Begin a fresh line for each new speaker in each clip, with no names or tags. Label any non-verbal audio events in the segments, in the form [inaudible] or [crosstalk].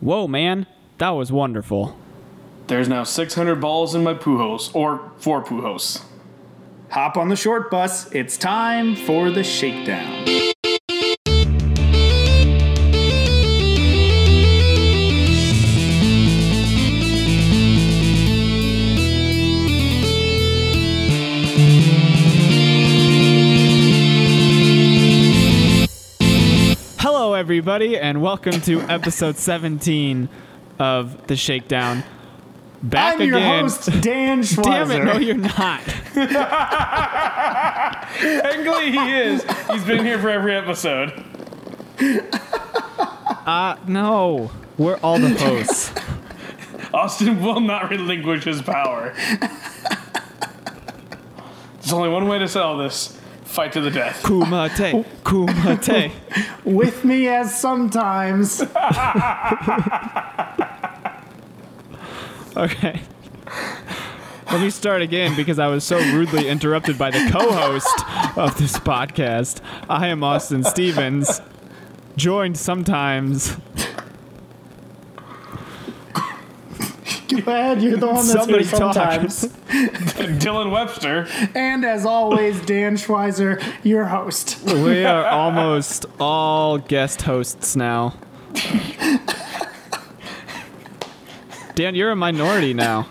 Whoa, man, that was wonderful.
There's now 600 balls in my puhos, or four puhos.
Hop on the short bus. It's time for the shakedown.
Hello, everybody, and welcome [laughs] to episode 17 of The Shakedown. Back
I'm
again.
your
[laughs]
host, Dan Schweizer.
Damn it, no, you're not.
Technically, he is. He's been here for every episode.
[laughs] No, we're all the hosts.
Austin will not relinquish his power. There's only one way to settle this fight to the
[laughs]
death.
Kumate, Kumate.
With me as
[laughs]
sometimes.
Okay. Let me start again because I was so rudely interrupted by the co host of this podcast. I am Austin Stevens, joined sometimes.
Go ahead, you're the one that's
Somebody
here
talk.
sometimes.
Dylan Webster.
And as always, Dan Schweizer, your host.
We are almost all guest hosts now. Dan, you're a minority now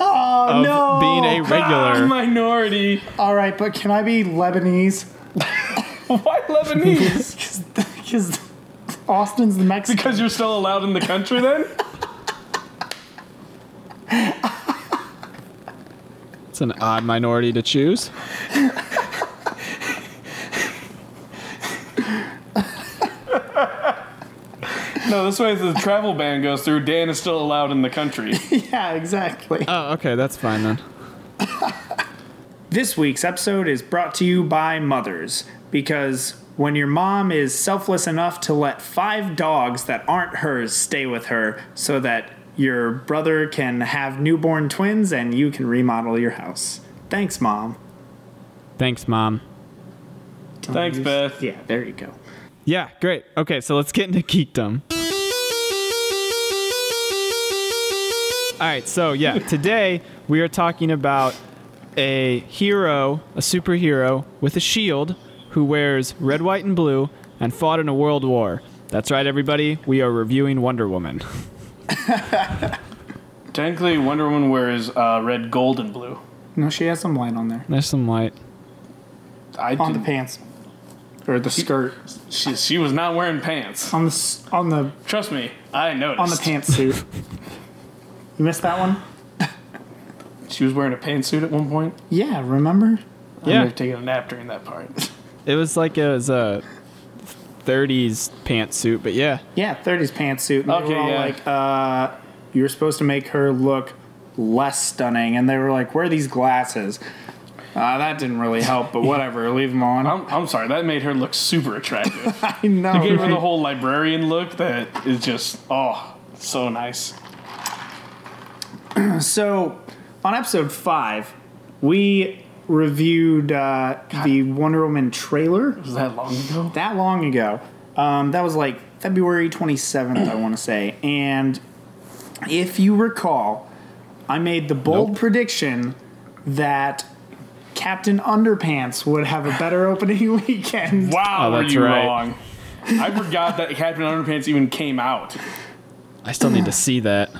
Oh
of
no!
being a
Ah,
regular.
[laughs]
minority.
All right, but can I be Lebanese? [laughs]
Why Lebanese?
Because Austin's the Mexican. [laughs]
Because you're still allowed in the country then?
It's an odd minority to choose.
No, this way, if the travel ban goes through, Dan is still allowed in the country.
Yeah, exactly.
Oh, okay, that's fine then.
This week's episode is brought to you by Mothers, because when your mom is selfless enough to let five dogs that aren't hers stay with her so that your brother can have newborn twins and you can remodel your house. Thanks, Mom.
Thanks, Mom.
Thanks, Beth.
Yeah, there you go.
Yeah, great. Okay, so let's get into geekdom. All right, so [laughs] yeah, today we are talking about a hero, a superhero with a shield who wears red, white, and blue and fought in a world war. That's right, everybody. We are reviewing Wonder Woman.
Technically, Wonder Woman wears uh, red, gold, and blue.
No, she has some white on there.
[laughs] There's some light.
I
On the
didn't-
pants. Or the skirt.
she, she was not wearing pants.
On the s- on the
Trust me, I noticed.
on the [laughs] pantsuit. you missed that one?
She was wearing a pantsuit at one point.
Yeah, remember?
Yeah.
Yeah,
I'm taking a nap during that part.
it was like it was a 30s pantsuit, but yeah,
Yeah, 30s pantsuit. And
Okay,
they were all
yeah.
like, uh, you're supposed to make her look less stunning. And they were like, where are these glasses? Uh, that didn't really help,
[laughs]
but whatever, leave them on.
I'm, I'm sorry, that made her look super attractive.
[laughs] I know.
Gave her the
right?
whole librarian look that is just, oh, so nice.
So, on episode five, we reviewed uh, the Wonder Woman trailer
Was that long ago?
that long ago. Um, that was like February 27th, I want to say. And if you recall, I made the bold prediction that Captain Underpants would have a better [laughs] opening weekend.
Wow,
Oh,
were
that's
you
right.
wrong? I forgot that Captain Underpants even came out.
I still need to see that.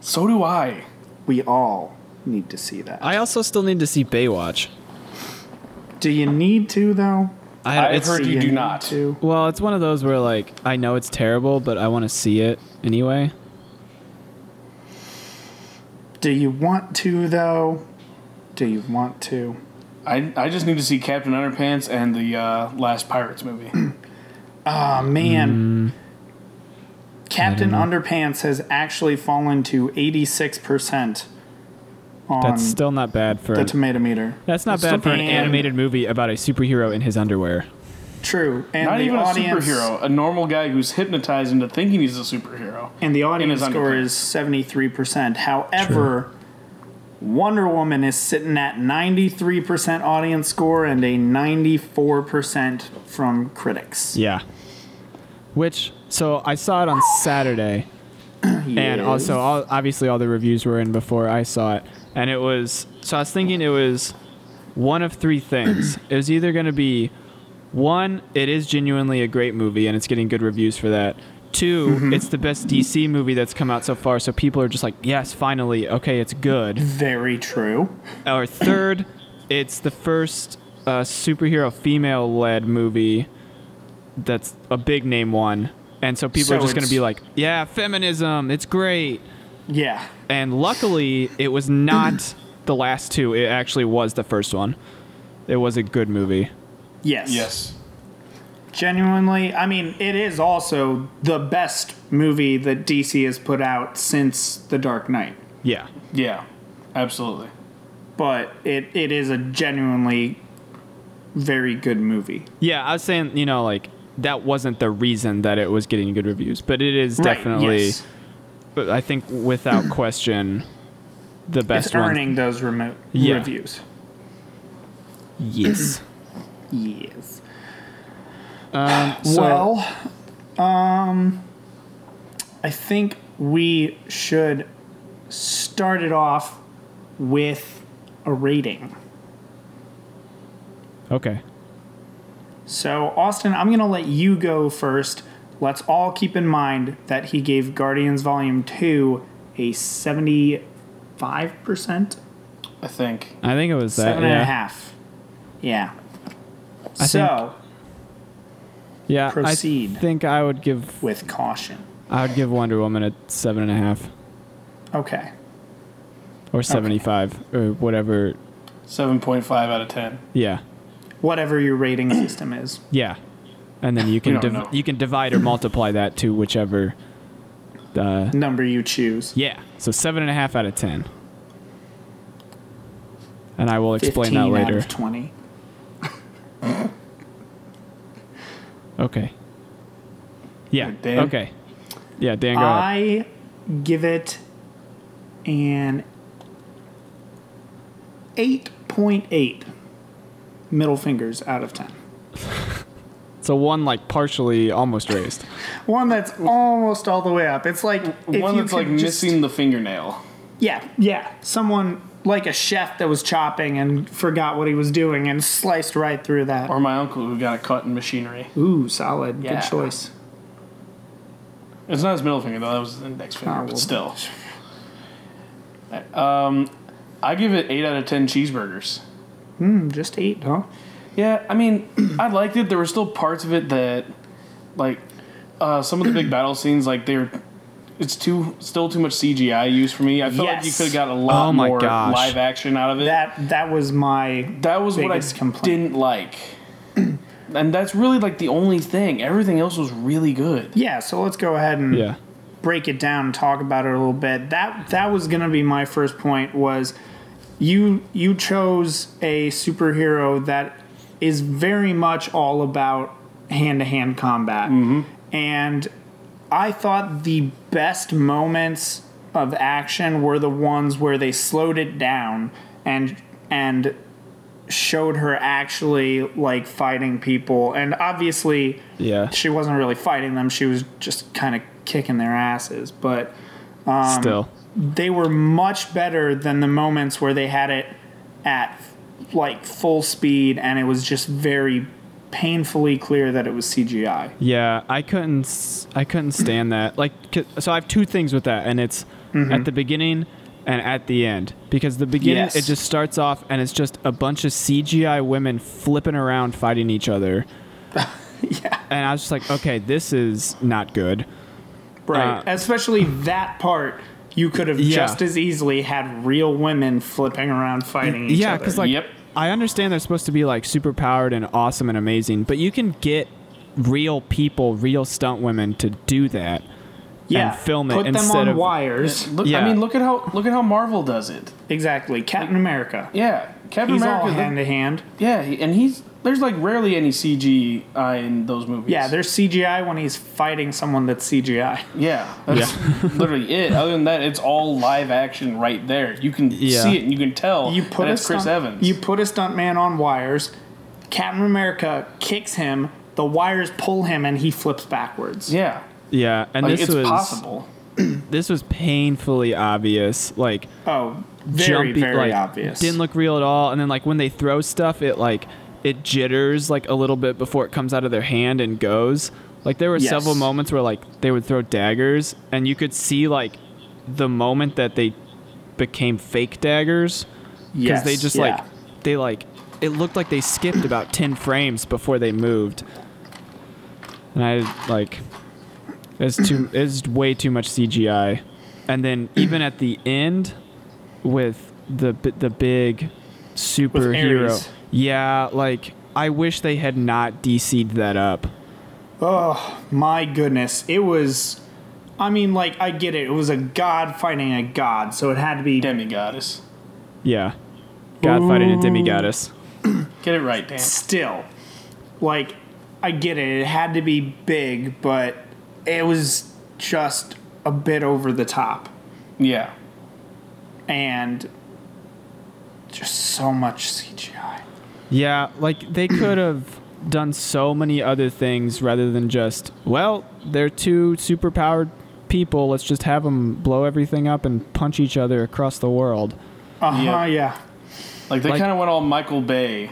So do I.
We all need to see that.
I also still need to see Baywatch.
Do you need to, though?
I,
I've
it's-
heard You do
need
not.
To?
Well, it's one of those where like I know it's terrible, but I want to see it anyway.
Do you want to, though? Do you want to?
I, I just need to see Captain Underpants and the uh, last Pirates movie.
Oh, man.
Mm.
Captain Underpants has actually fallen to 86% on
That's still not bad for
the
an,
tomato meter.
that's not
Um, it's
bad for an
still-
animated movie about a superhero in his underwear.
True. And
Not
the
even
audience,
a superhero, a normal guy who's hypnotized into thinking he's a superhero.
And the audience
his
score
underpants.
is 73%. However, Wonder Woman is sitting at 93% audience score and a 94% from critics.
Yeah. Which so I saw it on Saturday and also all, obviously all the reviews were in before I saw it, and it was so I was thinking it was one of three
[clears throat]
things. it was either going to be one, it is genuinely a great movie and it's getting good reviews for that. 2
Mm-hmm.
it's the best DC movie that's come out so far, so people are just like, yes, finally, okay, it's good.
[clears throat] Very true.
Or third, it's the first uh, superhero female-led movie that's a big name one, and so people
So
are just going to
it's-
be like, yeah, feminism, it's great.
Yeah.
And luckily, it was
[clears throat]
not the last two. It actually was the first one. It was a good movie.
Yes.
Yes.
Genuinely, I mean, it is also the best movie that DC has put out since The Dark Knight.
Yeah.
Yeah. Absolutely.
But it, it is a genuinely very good movie.
Yeah, I was saying, you know, like that wasn't the reason that it was getting good reviews, but it is
Right,
definitely,
yes.
but I think
[clears throat]
without question, the best
It's
one.
earning those remo-
Yeah.
reviews.
Yes.
[clears throat] Yes.
So-
well, um, I think we should start it off with a rating.
okay.
So, Austin, I'm going to let you go first. Let's all keep in mind that he gave Guardians Volume 2 a 75%,
I think.
I think it was that.
seven and a
yeah.
half. yeah.
I
so,
Yeah. I
Proceed.
think I would give
with caution.
I would give Wonder Woman a seven and a half
Okay.
or seventy five or whatever.
7.5 out of 10.
Yeah.
Whatever your
[clears throat]
rating system is.
Yeah. And then you can
don't
div-
know.
you can divide or multiply that to whichever. Uh,
Number you choose.
Yeah. So seven and a half out of ten. And I will explain that
15
later.
Out of 20.
okay. Yeah.
Alright, Dan?
Okay. Yeah, Dan, go ahead.
I give it an 8.8 middle fingers out of 10.
So one like partially almost
[clears throat]
raised.
One that's almost all the way up. It's like if
One
you
that's like
could just-
missing the fingernail.
Yeah, yeah. Someone like a chef that was chopping and forgot what he was doing and sliced right through that.
Or my uncle who got it cut in machinery.
Ooh, solid.
Yeah.
Good choice.
It's not his middle finger though. That was his index finger,
Oh, well.
but still. Um, I give it eight out of ten cheeseburgers.
Hmm, just eight, huh?
Yeah, I mean, [clears throat] I liked it. There were still parts of it that, like, uh, some of the big battle scenes, like they're, it's too still too much CGI use for me. I feel like you
Yes.
could have got a lot
Oh my
more
gosh.
live action out of it.
That that was my
That was what I
biggest complaint.
didn't like, [clears throat] and that's really like the only thing. Everything else was really good.
Yeah, so let's go ahead and
Yeah.
break it down and talk about it a little bit that that was going to be my first point was you you chose a superhero that is very much all about hand-to-hand combat and i thought the best moments of action were the ones where they slowed it down and and showed her actually like fighting people and obviously
Yeah.
she wasn't really fighting them. She was just kind of kicking their asses. But Um,
Still.
they were much better than the moments where they had it at like full speed and it was just very painfully clear that it was CGI.
Yeah, I couldn't s- I couldn't stand that. Like c- so I have two things with that and it's at the beginning and at the end because the beginning
Yes.
it just starts off and it's just a bunch of CGI women flipping around fighting each other. yeah. And I was just like, okay, this is not good.
Right.
Uh,
Especially that part you could have
Yeah.
just as easily had real women flipping around fighting each
yeah,
other.
because like
Yep.
I understand they're supposed to be like super powered and awesome and amazing, but you can get real people, real stunt women to do that.
yeah,
and film it
Put them
instead
on
of-
wires.
Look,
Yeah.
I mean, look at how look at how Marvel does it.
Exactly. Captain America.
Yeah, Captain
He's
America.
all
they-
hand to hand.
Yeah, he- and he's there's like rarely any CGI in those movies.
Yeah, there's CGI when he's fighting someone that's CGI.
yeah, that's
[laughs]
literally it. Other than that, it's all live action right there. You can
Yeah.
see it and you can tell.
You put
that
a
it's Chris
stunt,
Evans.
You put a stuntman on wires. Captain America kicks him. The wires pull him, and he flips backwards.
yeah,
Yeah, and
like
this
it's
was
possible.
this was painfully obvious. Like
Oh, very
jumpy,
very
like,
obvious.
Didn't look real at all. And then like when they throw stuff, it like it jitters like a little bit before it comes out of their hand and goes. Like there were
Yes.
several moments where like they would throw daggers, and you could see like the moment that they became fake daggers because
yes,
they just
yeah.
like they like it looked like they skipped about 10 frames before they moved and i like it's too it's way too much cgi and
[clears throat]
then even at the end with the bi- the big superhero
Ares.
yeah like i wish they had not dc'd that up
Oh my goodness, it was. I mean, like I get it. It was a god fighting a god, so it had to be.
Demigoddess.
yeah god fighting a demigoddess
Get it right, Dan.
still like i get it it had to be big but it was just a bit over the top
Yeah.
and just so much cgi
Yeah, like they could have done so many other things rather than just, well, they're two superpowered people. Let's just have them blow everything up and punch each other across the world.
uh-huh
Yeah.
yeah
Like they
Like-
kind of went all Michael Bay.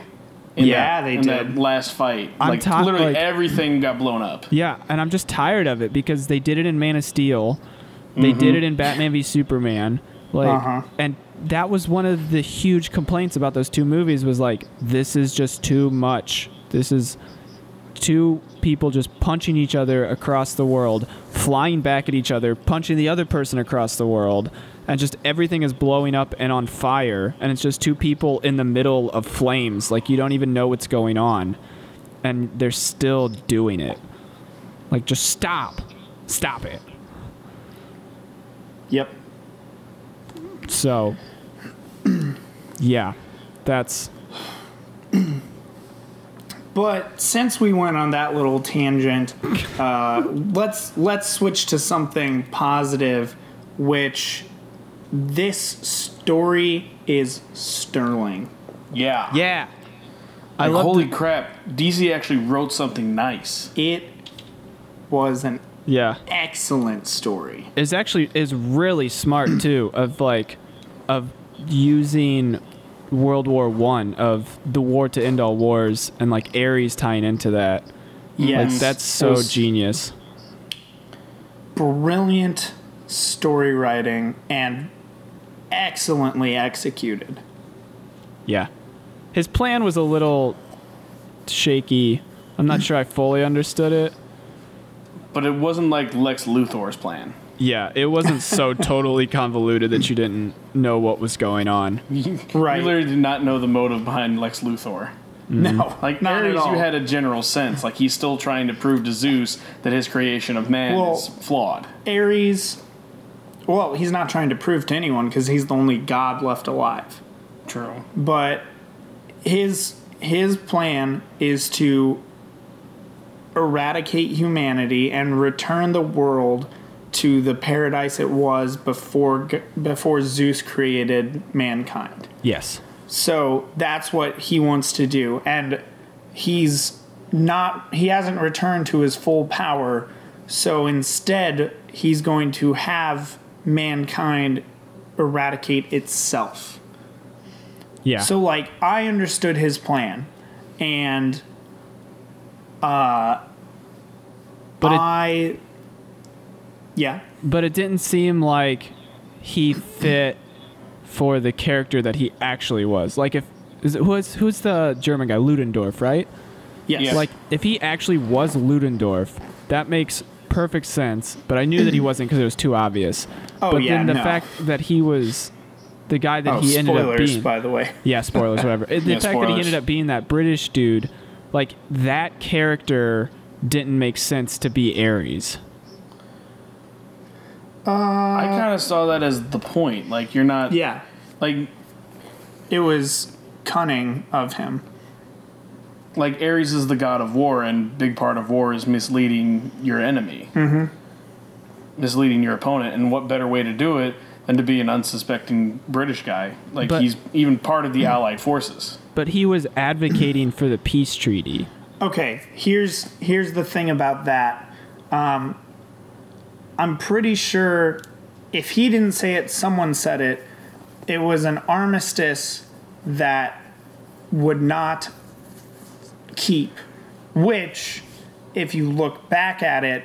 In
Yeah,
that,
they
in
did.
That last fight,
I'm
like
ta-
literally
like-
everything got blown up.
Yeah, and I'm just tired of it because they did it in Man of Steel, they did it in Batman v Superman, like,
Uh-huh.
and that was one of the huge complaints about those two movies was like, this is just too much. This is two people just punching each other across the world, flying back at each other, punching the other person across the world, and just everything is blowing up and on fire, and it's just two people in the middle of flames, like you don't even know what's going on, and they're still doing it. Like just stop. Stop it.
yep
So yeah. That's
but since we went on that little tangent uh, let's let's switch to something positive which this story is sterling
Yeah.
yeah. I
Like,
love
holy crap! DC actually wrote something nice.
it was an
yeah.
excellent story
is actually is really
[clears throat]
smart too of like of using World War One of the war to end all wars and like Ares tying into that.
Yes,
Like that's so
Those
genius.
brilliant story writing and excellently executed.
Yeah. His plan was a little shaky. I'm
[clears throat]
not sure I fully understood it.
But it wasn't like Lex Luthor's plan.
Yeah, it wasn't
[laughs]
so totally convoluted that you didn't know what was going on.
Right?
You literally did not know the motive behind Lex Luthor.
[laughs] no,
Like
not
Mm-hmm. Ares,
at all.
you had a general sense. Like he's still trying to prove to Zeus that his creation of man
Well-
is flawed.
Ares. Well, he's not trying to prove to anyone because he's the only god left alive.
True.
But his his plan is to eradicate humanity and return the world to the paradise it was before g- before Zeus created mankind.
Yes.
So that's what he wants to do. And he's not, he hasn't returned to his full power. So instead, he's going to have mankind eradicate itself.
Yeah.
So, like, I understood his plan. And uh,
but it,
I, yeah,
but it didn't seem like he fit for the character that he actually was. Like if is it, who's who's the German guy Ludendorff, right?
yes.
Yeah.
Like if he actually was Ludendorff, that makes perfect sense. But I knew that he
[clears throat]
wasn't because it was too obvious.
Oh,
but
yeah,
then the
no.
fact that he was the guy that
oh,
he ended up
spoilers,
being.
by the way.
Yeah, spoilers,
[laughs]
whatever. The fact that he
spoilers.
ended up being that British dude, like that character didn't make sense to be Ares.
I kind of saw that as the point. Like you're not.
Yeah,
Like
it was cunning of him.
like Ares is the god of war, and big part of war is misleading your enemy,
Mm-hmm.
misleading your opponent. And what better way to do it than to be an unsuspecting British guy? Like
But- Mm-hmm.
he's even part of the Allied forces.
But he was advocating for the peace treaty.
okay here's here's the thing about that um, i'm pretty sure if he didn't say it, someone said it. It was an armistice that would not keep, which, if you look back at it,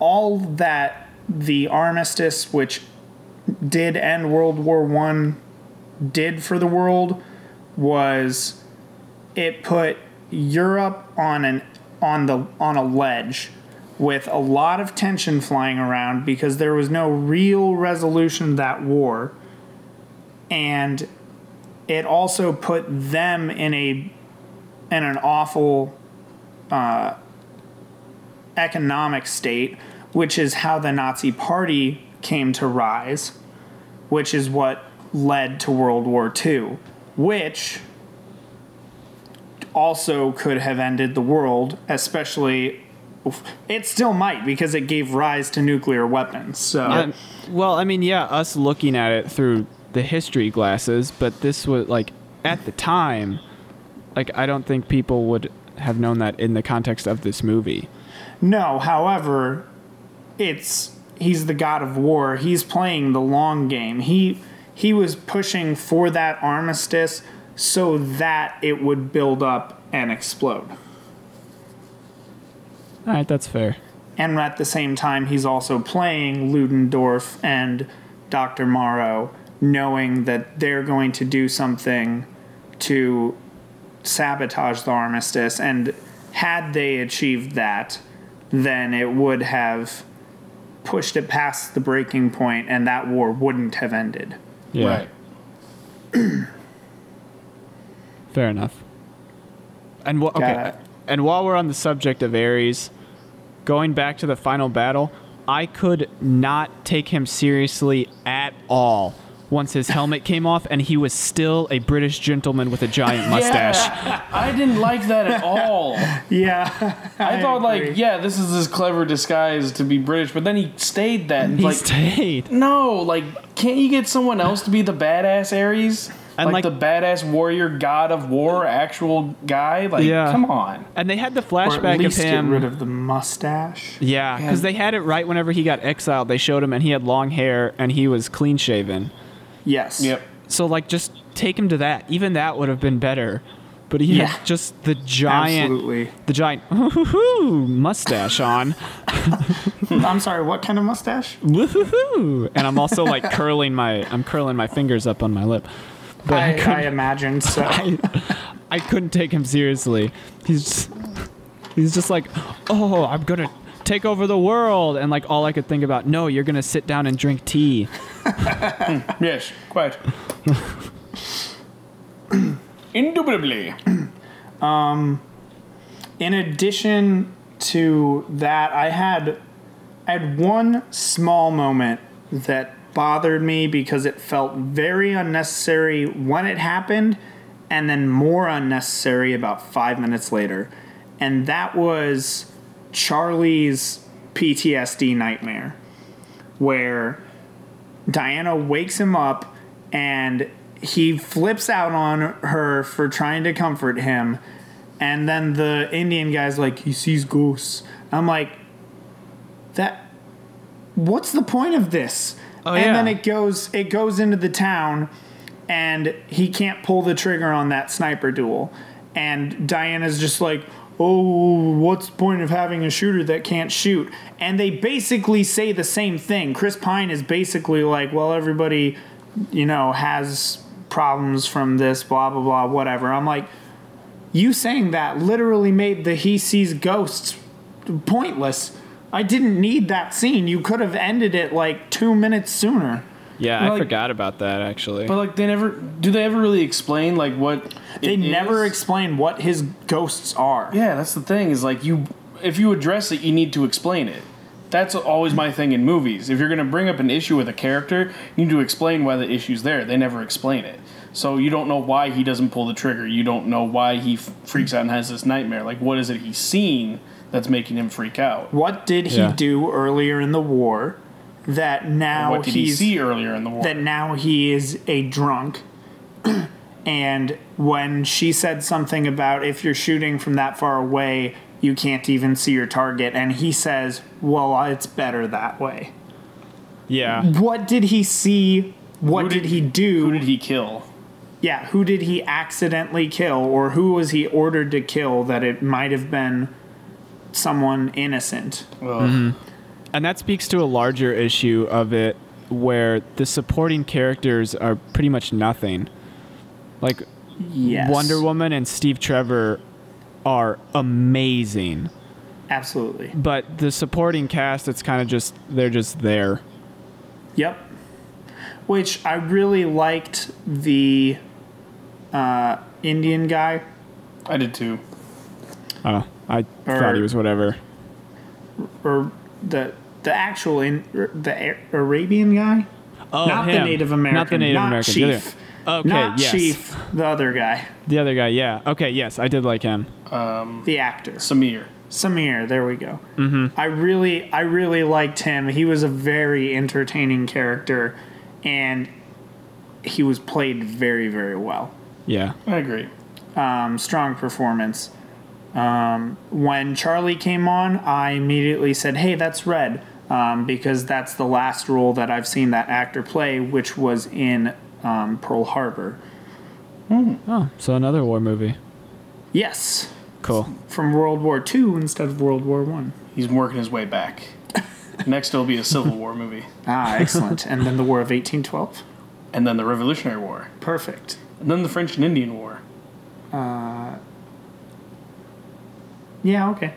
all that the armistice, which did end World War One, did for the world was it put Europe on an on the on a ledge with a lot of tension flying around because there was no real resolution of that war and it also put them in a in an awful uh, economic state which is how the Nazi party came to rise which is what led to World War II which also could have ended the world, especially. It still might because it gave rise to nuclear weapons. So
Um, well, I mean, yeah, us looking at it through the history glasses, but this was like at the time, like I don't think people would have known that in the context of this movie.
no, however, it's he's the god of war. He's playing the long game. He he was pushing for that armistice so that it would build up and explode.
All right, that's fair.
and at the same time he's also playing Ludendorff and Dr. Morrow, knowing that they're going to do something to sabotage the armistice. And had they achieved that, then it would have pushed it past the breaking point, and that war wouldn't have ended.
Yeah,
Right.
fair enough. And wha-
Got
okay,
it.
and while we're on the subject of Ares, going back to the final battle, I could not take him seriously at all. Once his helmet came off, and he was still a British gentleman with a
[laughs]
giant mustache. [laughs]
I didn't like that at all.
[laughs] Yeah.
I thought
agree.
like, yeah, this is this clever disguise to be British, but then he stayed that. And
He
like,
stayed.
no, like, can't you get someone else to be the badass Ares?
And,
like,
like-
the badass warrior god of war, actual guy. Like,
Yeah.
come on.
And they had the
Or at
flashback of
least get
him.
rid of the mustache.
yeah, because they had it right whenever he got exiled. They showed him and he had long hair and he was clean shaven.
Yes.
Yep.
So, like, just take him to that. Even that would have been better. But he
Yeah.
had just the giant,
Absolutely.
the giant woo-hoo-hoo mustache on.
[laughs] I'm sorry, what kind of mustache?
Woo-hoo-hoo. And I'm also like curling my, I'm curling my fingers up on my lip. But I,
I, I
couldn't,
imagine [laughs] so.
I couldn't take him seriously. He's just, he's just like, oh, I'm gonna take over the world, and like all I could think about, no, you're gonna sit down and drink tea.
Yes, quite. [coughs] Indubitably.
in addition to that, I had I had one small moment that bothered me because it felt very unnecessary when it happened and then more unnecessary about 5 minutes later. And that was Charlie's PTSD nightmare where Diana wakes him up and he flips out on her for trying to comfort him. And then the Indian guy's like, he sees ghosts. I'm like, that. What's the point of this?
Oh,
and
yeah.
then it goes, it goes into the town, and he can't pull the trigger on that sniper duel. And Diana's just like, oh, what's the point of having a shooter that can't shoot? And they basically say the same thing. Chris Pine is basically like, well, everybody, you know, has problems from this, blah, blah, blah, whatever. I'm like, you saying that literally made the he sees ghosts pointless. I didn't need that scene. You could have ended it like two minutes sooner.
Yeah, I
Like-
forgot about that actually.
But like, they never do. They ever really explain like what
They
it
never
is?
explain what his ghosts are.
Yeah, that's the thing. Is like you, if you address it, you need to explain it. That's always my thing in movies. If you're going to bring up an issue with a character, you need to explain why the issue's there. They never explain it, so you don't know why he doesn't pull the trigger. You don't know why he f- freaks out and has this nightmare. Like, what is it he's seen that's making him freak out?
What did he
Yeah.
do earlier in the war that now
What did he
he's
see earlier in the war?
that now he is a drunk? [clears throat] and when she said something about if you're shooting from that far away, you can't even see your target and he says, "Well, it's better that way."
Yeah.
What did he see? What
Who
did,
did-
he do?
Who did he kill?
yeah, who did he accidentally kill or who was he ordered to kill that it might have been someone innocent?
Well,
And that speaks to a larger issue of it where the supporting characters are pretty much nothing. Like
Yes.
Wonder Woman and Steve Trevor are amazing,
Absolutely.
but the supporting cast it's kind of just they're just there.
Yep. Which I really liked the uh, Indian guy.
I did too.
Oh, I thought he was whatever.
or the the actual in er, the A- Arabian guy,
Oh,
not the
him.
Native American,
Not the Native
not
American. the other-
Chief,
Okay,
not
yes.
Chief, the other guy,
The other guy, yeah. Okay, yes, I did like him.
the actor,
Samir.
Samir. There we go. Mm-hmm. I really, I really liked him. He was a very entertaining character, and he was played very, very well.
Yeah.
I agree.
um, strong performance. Um, when Charlie came on, I immediately said, "Hey, that's Red," um, because that's the last role that I've seen that actor play, which was in um, Pearl Harbor.
Oh, so another war movie.
Yes,
Cool.
from World War II instead of World War One.
He's working his way back. Next, it'll be a Civil War movie,
Ah, excellent. and then the War of 1812.
and then the Revolutionary War,
Perfect.
and then the French and Indian War.
Yeah. Okay.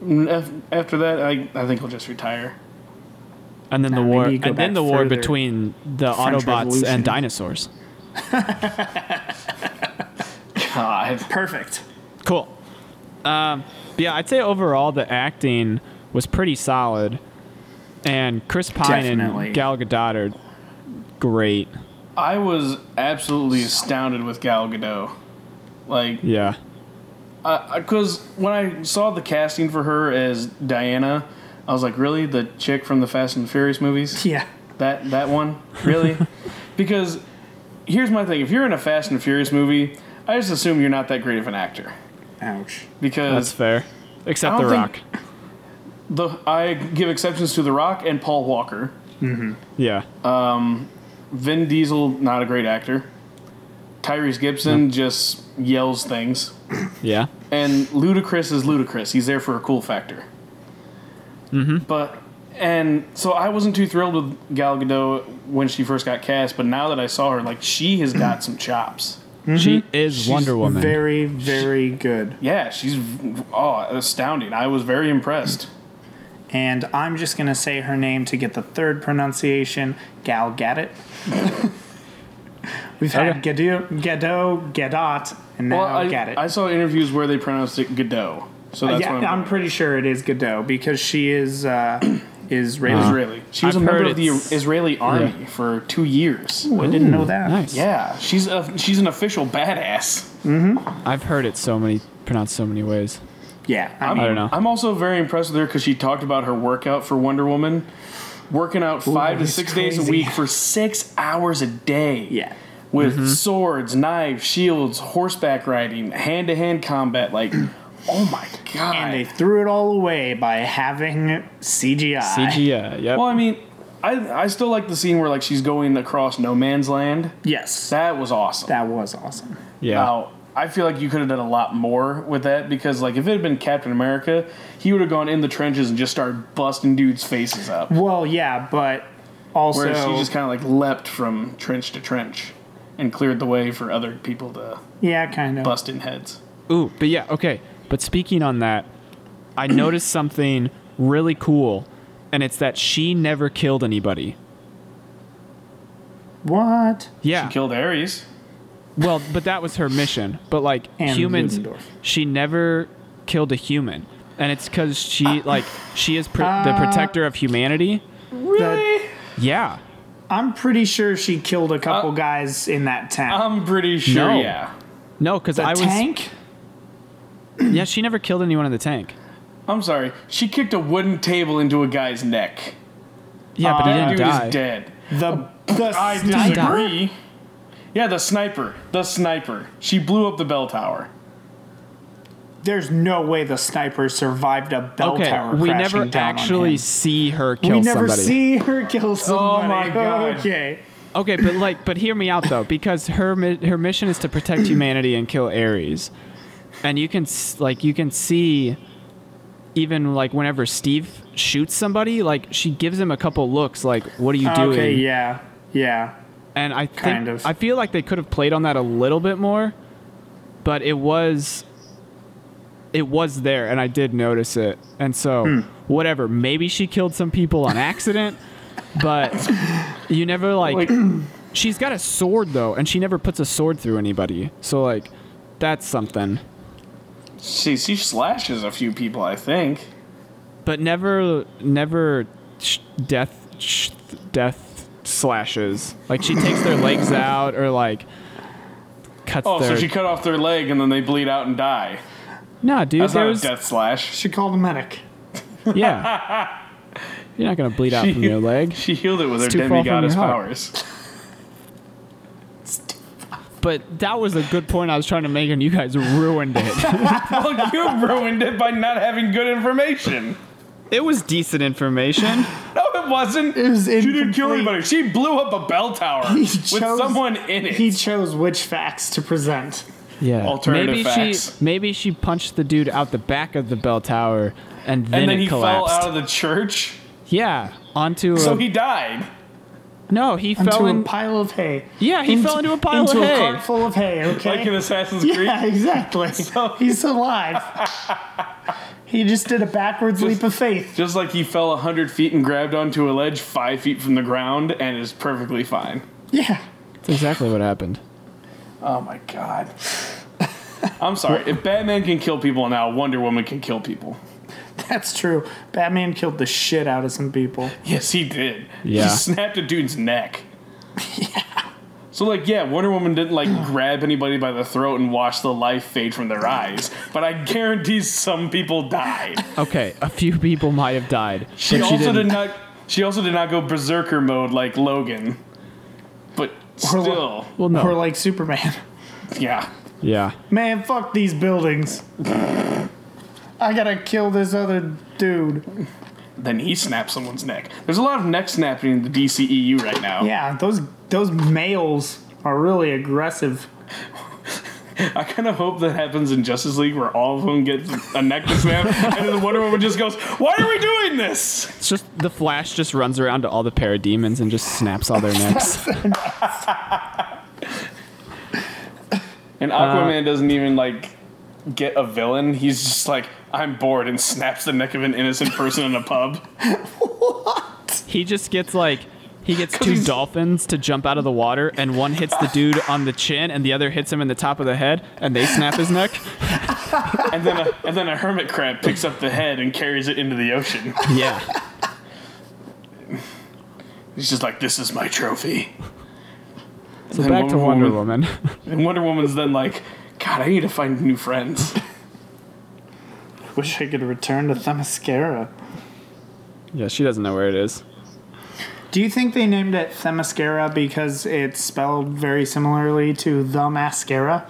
And af- After that, I, I think he'll just retire.
And then
Nah,
the
maybe
war
you go
and then
back
the war
further.
between the
French
Autobots
Revolution.
and dinosaurs.
God,
Perfect.
Cool. Um, but yeah, I'd say overall the acting was pretty solid, and Chris Pine
Definitely.
and Gal Gadot are great.
I was absolutely astounded with Gal Gadot. Like,
Yeah.
because when I saw the casting for her as Diana, I was like, really, the chick from the Fast and Furious
[laughs]
movies?
Yeah.
That that one,
[laughs]
really? because here's my thing: if you're in a Fast and Furious movie, I just assume you're not that great of an actor.
Ouch.
That's
Because
fair. Except
I
The
don't
Rock.
think- the I give exceptions to The Rock and Paul Walker.
yeah.
Vin Diesel, not a great actor. Tyrese Gibson just yells things,
yeah.
and Ludacris is Ludacris. He's there for a cool factor. Mm-hmm. But and so I wasn't too thrilled with Gal Gadot when she first got cast, but now that I saw her, like she has got some chops.
She is Wonder Woman.
Mm-hmm. Very, very good.
Yeah, she's v- oh astounding. I was very impressed.
and I'm just gonna say her name to get the third pronunciation. Gal Gadot. [laughs] We've had Gadot, Gadot, Gadot, and now
Well, I,
Gadot. Uh,
I saw interviews where they pronounced it Godot, so that's
yeah,
what
I'm,
I'm,
pretty sure it is Gadot because she
[clears throat]
is uh, Israeli.
Israeli. She was
I've
a member
heard
of the
it's-
Israeli army for two years.
I didn't know that.
Nice.
Yeah, she's a she's an official badass.
I've heard it so many pronounced so many ways.
Yeah, I
I
mean,
don't know.
I'm also very impressed with her because she talked about her workout for Wonder Woman, working out five to
that's
six days
crazy.
a week for six hours a day.
yeah,
with swords, knives, shields, horseback riding, hand to hand combat. Like, [clears throat] oh my god!
and they threw it all away by having CGI.
CGI. Yep.
well, I mean, I I still like the scene where like she's going across no man's land.
Yes, that,
That was awesome.
was awesome.
yeah.
Now, I feel like you could have done a lot more with that because, like, if it had been Captain America, he would have gone in the trenches and just started busting dudes' faces up.
Well, yeah, but also
Whereas she just kind of like leapt from trench to trench and cleared the way for other people to
yeah, kind of.
bust in heads.
Ooh, but yeah, okay. But speaking on that, I
[clears throat]
noticed something really cool, and it's that she never killed anybody.
what?
Yeah.
Killed Ares.
well, but that was her mission. But like
[laughs] And
humans,
Ludendorff.
she never killed a human, and it's because
Uh,
she like she is pr- the protector of humanity.
Really?
Yeah.
I'm pretty sure she killed a couple
Uh,
guys in that town.
I'm pretty sure.
No.
Yeah.
No, because
the
I was.
tank?
Yeah, she never killed anyone in the tank.
I'm sorry. She kicked a wooden table into a guy's neck.
Yeah, but he
That
didn't
dude
die.
is dead.
The the
I
sniper?
disagree. Yeah, the sniper. The sniper. She blew up the bell tower.
there's no way the sniper survived a bell
Okay,
tower.
we
crashing
never
down on
actually
him.
see her kill
we never
somebody.
see her kill somebody.
my God.
Okay.
Okay, but like, but hear me out though, because her mi- her mission is to protect humanity and kill Ares, and you can s- like you can see, even like whenever Steve shoots somebody, like she gives him a couple looks, like "What are you doing?"
Okay. Yeah. Yeah.
And I think
Kind of.
I feel like they could have played on that a little bit more, but it was it was there and I did notice it. And so
Hmm.
whatever, maybe she killed some people on
[laughs]
accident, but you never like, [clears throat] she's got a sword though and she never puts a sword through anybody. So like that's something.
She she slashes a few people, I think.
But never never sh- death sh- death slashes. Like she takes their legs out or like cuts
Oh,
their
so she cut off their leg and then they bleed out and die.
No, dude,
That's
there
not
was
a death slash.
She called a medic.
yeah. [laughs] You're not gonna bleed out from your leg.
She healed it with
It's
her
too far from
demigoddess
your heart.
powers. [laughs]
But that was a good point I was trying to make, and you guys ruined it.
well, you ruined it by not having good information.
[laughs] it was decent information.
No, it wasn't.
It was
she didn't kill
incomplete.
anybody. She blew up a bell tower with someone in it.
He chose which facts to present.
Yeah.
Alternative
maybe
facts.
she maybe she punched the dude out the back of the bell tower, and then,
and then
it
he
collapsed.
fell out of the church,
yeah, onto a
so he died.
no, he
Into
fell in.
a pile of hay.
Yeah, he fell into a pile of
into
hay.
a cart full of hay. Okay.
Like in Assassin's
yeah,
Creed.
[laughs] exactly. He's [laughs] alive. he just did a backwards leap of faith.
Just like he fell 100 feet and grabbed onto a ledge five feet from the ground and is perfectly fine.
Yeah.
That's exactly what happened.
Oh my god. [laughs] I'm sorry. If Batman can kill people now, Wonder Woman can kill people.
That's true. Batman killed the shit out of some people.
Yes, he did.
Yeah.
He snapped a dude's neck. [laughs] yeah. So like, yeah, Wonder Woman didn't like [clears throat] grab anybody by the throat and watch the life fade from their eyes, but I guarantee some people [laughs] died.
Okay, a few people might have died.
She
but
also
she didn't.
did not. She also did not go berserker mode like Logan, but
Or li-
still,
well, no.
Or like Superman. [laughs]
yeah.
yeah.
Man, fuck these buildings. I gotta kill this other dude.
Then he snapped someone's neck. There's a lot of neck snapping in the DCEU right now.
Yeah, those those males are really aggressive.
I kind of hope that happens in Justice League where all of them get a neck to snap, and then Wonder Woman just goes, "Why are we doing this?"
It's just the Flash just runs around to all the parademons and just snaps all their necks.
And
Uh,
Aquaman doesn't even like get a villain. He's just like, "I'm bored," and snaps the neck of an innocent person in a pub.
He just gets like he gets
[laughs] 'Cause
two
he's-
dolphins to jump out of the water, and one hits the dude on the chin, and the other hits him in the top of the head, and they snap his neck.
[laughs] And then a, and then a hermit crab picks up the head and carries it into the ocean.
Yeah,
He's just like, "This is my trophy."
so
And
back to Wonder
Wonder
Woman. [laughs]
And Wonder Woman's then like, "God, I need to find new friends."
Wish I could return to Themyscira.
yeah, she doesn't know where it is.
Do you think they named it Themyscira because it's spelled very similarly to the mascara?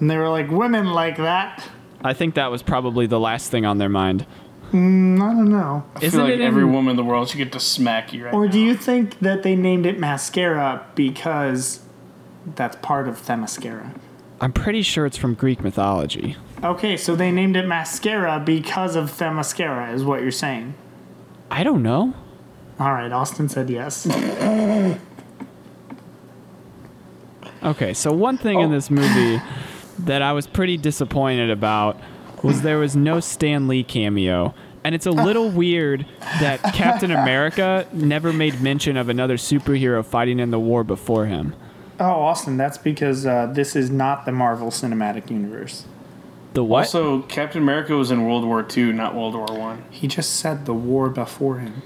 And they were like, women like that?
I think that was probably the last thing on their mind.
Mm, I don't know.
I feel
Isn't
like
it in-
every woman in the world should get to smack you right
Or
now.
do you think that they named it mascara because that's part of Themyscira?
I'm pretty sure it's from Greek mythology.
Okay, so they named it mascara because of Themyscira, is what you're saying.
I don't know.
All right, Austin said yes.
Okay, so one thing
Oh.
in this
[laughs]
movie that I was pretty disappointed about was there was no Stan Lee cameo. And
Oh.
it's a little weird
[laughs]
that Captain America never made mention of another superhero fighting in the war before him.
Oh, Austin, that's because uh, this is not the Marvel Cinematic Universe.
The what?
Also, Captain America was in World War II, not World War One.
He just said the war before him.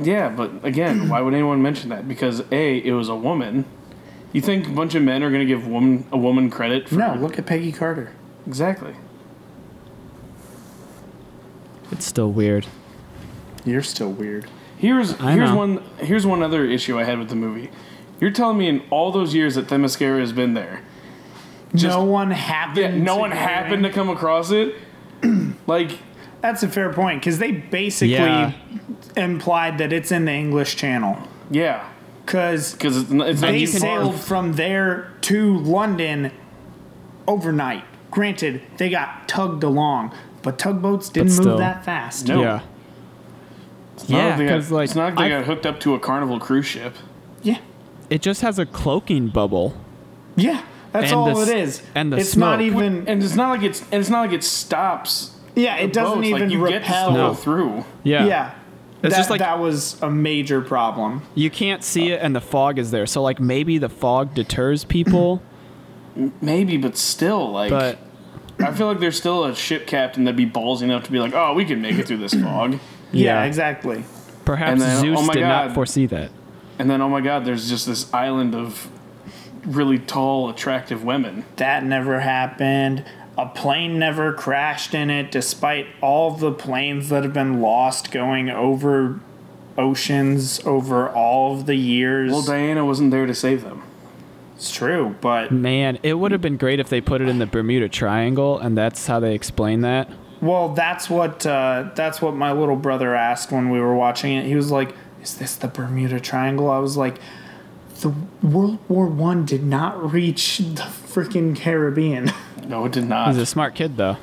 Yeah, but again, why would anyone mention that? Because a, it was a woman. You think a bunch of men are going to give woman a woman credit? For
No, look at Peggy Carter.
exactly.
it's still weird.
You're still weird.
Here's
I
here's
know.
one here's one other issue I had with the movie. You're telling me in all those years that Themyscira has been there,
no one happened.
Yeah, no
to
one
do
happened
anything.
to come across it. like,
That's a fair point because they basically
Yeah.
implied that it's in the English Channel
yeah,
because
because it's, n- it's not
they
too far.
sailed from there to London overnight. Granted, they got tugged along, but tugboats didn't
still.
move that fast.
No.
Yeah. Yeah,
Not if they got-
because like
it's not like they
I-
got hooked up to a Carnival cruise ship.
Yeah,
it just has a cloaking bubble.
yeah, that's
And
all
the s-
it is.
and the
it's not
smoke.
even.
And it's not like it's and it's not like it stops.
yeah, it doesn't
boats.
even
like you get to
repel.
still go
No.
through.
Yeah.
Yeah,
It's
that,
just like-
that was a major problem.
You can't see it, and the fog is there. So like maybe the fog deters
[clears throat]
people,
Maybe, but still, like
but
I feel like there's still a ship captain that'd be ballsy enough to be like, "Oh, we can make it through
[clears throat]
this fog."
Yeah.
Yeah, exactly.
perhaps
And then,
Zeus
oh my
did not
God.
foresee that.
And then, oh my God, there's just this island of really tall, attractive women.
That never happened. A plane never crashed in it, despite all the planes that have been lost going over oceans over all of the years.
Well, Diana wasn't there to save them.
it's true, but
Man, it would have been great if they put it in the Bermuda Triangle, and that's how they explain that.
well, that's what uh, that's what my little brother asked when we were watching it. He was like, "Is this the Bermuda Triangle?" I was like, "The World War One did not reach the freaking Caribbean." [laughs]
No, it did not.
He's a smart kid, though.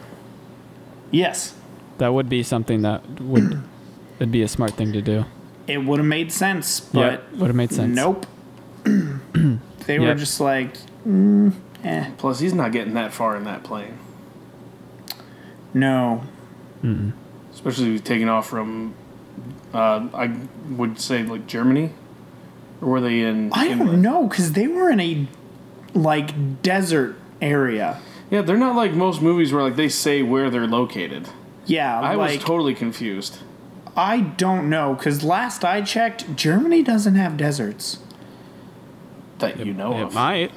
yes,
That would be something that would [clears throat] it'd be a smart thing to do.
it would have made sense, but.
would have made sense.
Nope. [clears throat] they were
Yep.
just like,
Plus, he's not getting that far in that plane,
no.
especially if he's taking off from. Uh, I would say like Germany, or were they in?
I don't
England?
know because they were in a like desert area.
Yeah, they're not like most movies where like they say where they're located.
Yeah,
I
like
was totally confused.
I don't know because last I checked, Germany doesn't have deserts.
That you know
It
of.
might.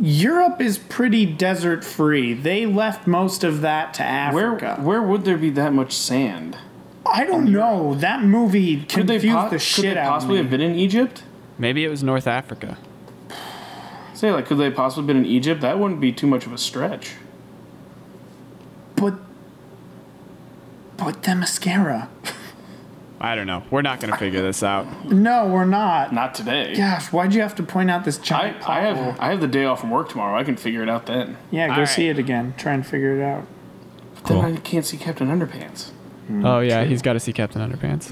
Europe is pretty desert free. They left most of that to
where
Africa.
where would there be that much sand?
I don't know. That movie
Could they,
confused
po-
the shit
could they
out
possibly
of
have
me.
been in Egypt?
Maybe it was North Africa.
Say like, could they possibly have been in Egypt? That wouldn't be too much of a stretch.
But but the mascara.
I don't know. We're not going to figure this out.
No, we're not.
Not today.
Gosh, why'd you have to point out this
I,
giant?
I
pothole?
have I have the day off from work tomorrow. I can figure it out then.
Yeah, go
All right.
see it again. Try and figure it out.
But
Cool.
Then I can't see Captain Underpants.
oh yeah, he's got to see Captain Underpants,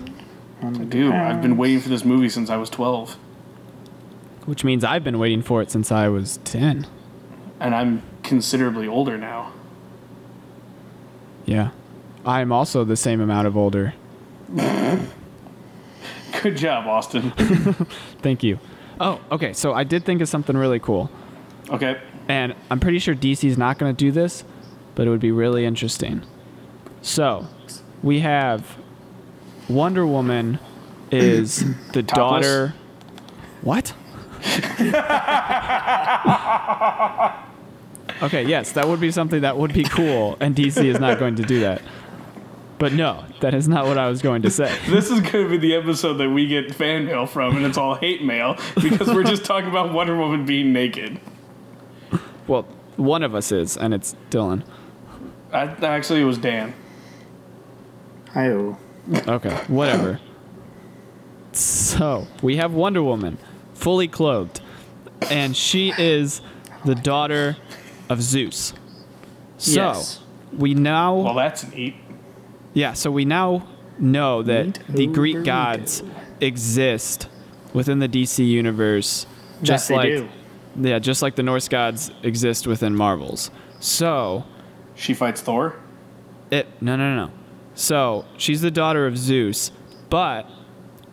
Mm,
I do. I've been waiting for this movie since I was twelve,
which means I've been waiting for it since I was 10.
and I'm considerably older now.
Yeah. I'm also the same amount of older.
Good job, Austin.
Thank you. Oh, okay. So I did think of something really cool.
okay.
And I'm pretty sure DC's not going to do this, but it would be really interesting. So, we have Wonder Woman is the
Topless?
daughter. What? okay, yes, that would be something that would be cool, and DC is not going to do that. But no, that is not what I was going to say.
This is going to be the episode that we get fan mail from, and it's all hate mail because we're just talking about Wonder Woman being naked.
Well, one of us is, and it's Dylan.
I, actually, it was Dan.
I
Okay, whatever. So we have Wonder Woman, fully clothed, and she is the daughter of Zeus. So
Yes.
we now,
Well, that's neat.
yeah, so we now know that the Greek
Neato-burrito.
gods exist within the DC universe, just
they
like
do.
yeah, just like the Norse gods exist within Marvels. So
She fights Thor.
it no no no. no. So she's the daughter of Zeus, but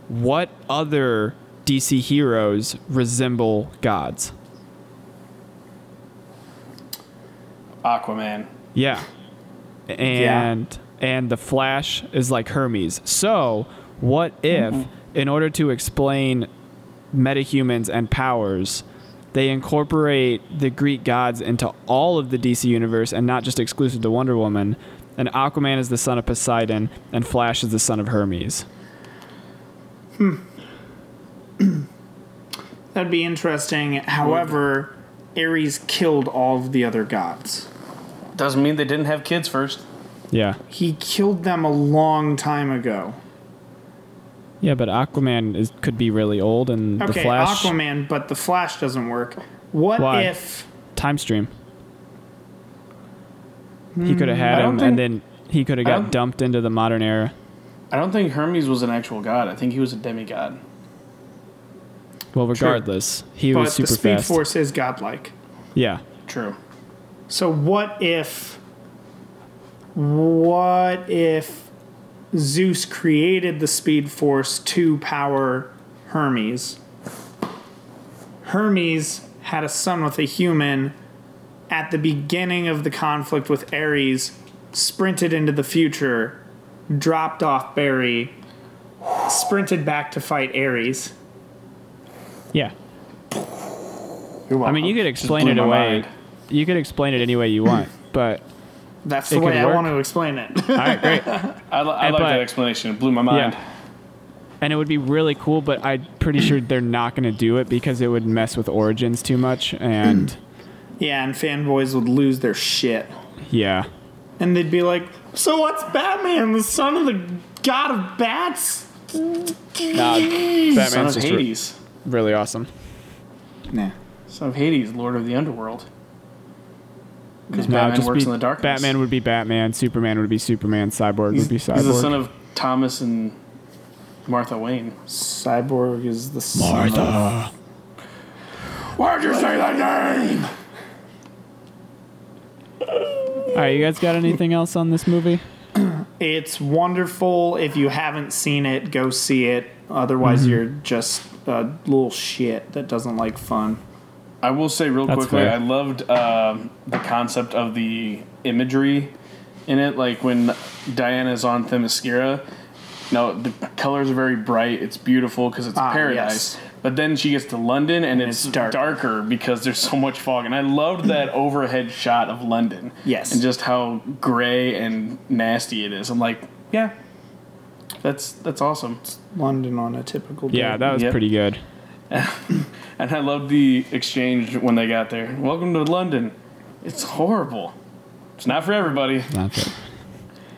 what other DC heroes resemble gods?
Aquaman.
Yeah. And and the Flash is like Hermes. So what if in order to explain metahumans and powers, they incorporate the Greek gods into all of the DC universe and not just exclusive to Wonder Woman? And Aquaman is the son of Poseidon, and Flash is the son of Hermes.
That'd be interesting. However, Ares killed all of the other gods.
Doesn't mean they didn't have kids first.
Yeah.
He killed them a long time ago.
Yeah, but Aquaman is, could be really old, and the
Okay,
Flash
Aquaman, but the Flash doesn't work. What
Why?
if
time stream. He could have had
Hmm, I
him,
don't think-
and then he could have
I
got
don't-
dumped into the modern era.
I don't think Hermes was an actual god. I think he was a demigod.
Well, regardless, he
but
was super
the Speed
fast.
Force is godlike?
Yeah,
True.
So what if what if Zeus created the Speed Force to power Hermes? Hermes had a son with a human at the beginning of the conflict with Ares, sprinted into the future, dropped off Barry, sprinted back to fight Ares.
yeah.
You're
I mean, you could explain it
blew my
away.
mind.
You could explain it any way you
[laughs]
want, but
That's
It
the way
could
I
work.
want to explain it. [laughs]
all right, great.
I, li- I
Hey,
like
but-
that explanation. It blew my
[laughs]
mind.
Yeah. And it would be really cool, but I'm pretty sure they're not going to do it because it would mess with Origins too much. And
yeah, and fanboys would lose their shit.
yeah,
And they'd be like, So what's Batman, the son of the god of bats?
nah,
Son
Batman's
of
just re-
Hades.
really awesome.
Nah.
Son of Hades, Lord of the Underworld. Because
Nah,
Batman
just
works
be-
in the darkness.
Batman would be Batman. Superman would be Superman. Cyborg would be Cyborg.
He's the son of Thomas and Martha Wayne.
Cyborg is the son. of-
Martha.
Why'd you say that name?
All right, you guys got anything else on this movie?
It's wonderful. If you haven't seen it, go see it. Otherwise,
Mm-hmm.
you're just a little shit that doesn't like fun.
I will say real
That's
quickly,
fair.
I loved um, the concept of the imagery in it. Like when Diana's on Themyscira, no, the colors are very bright. It's beautiful because it's
Ah,
paradise.
yes.
But then she gets to London and, it's,
it's dark.
darker because there's so much fog. And I loved
[clears throat]
that overhead shot of London.
Yes.
And just how gray and nasty it is. I'm like, yeah, that's that's awesome.
London on a typical day.
Yeah, that was
Yep.
pretty good.
And I loved the exchange when they got there. Welcome to London. It's horrible. It's not for everybody.
Not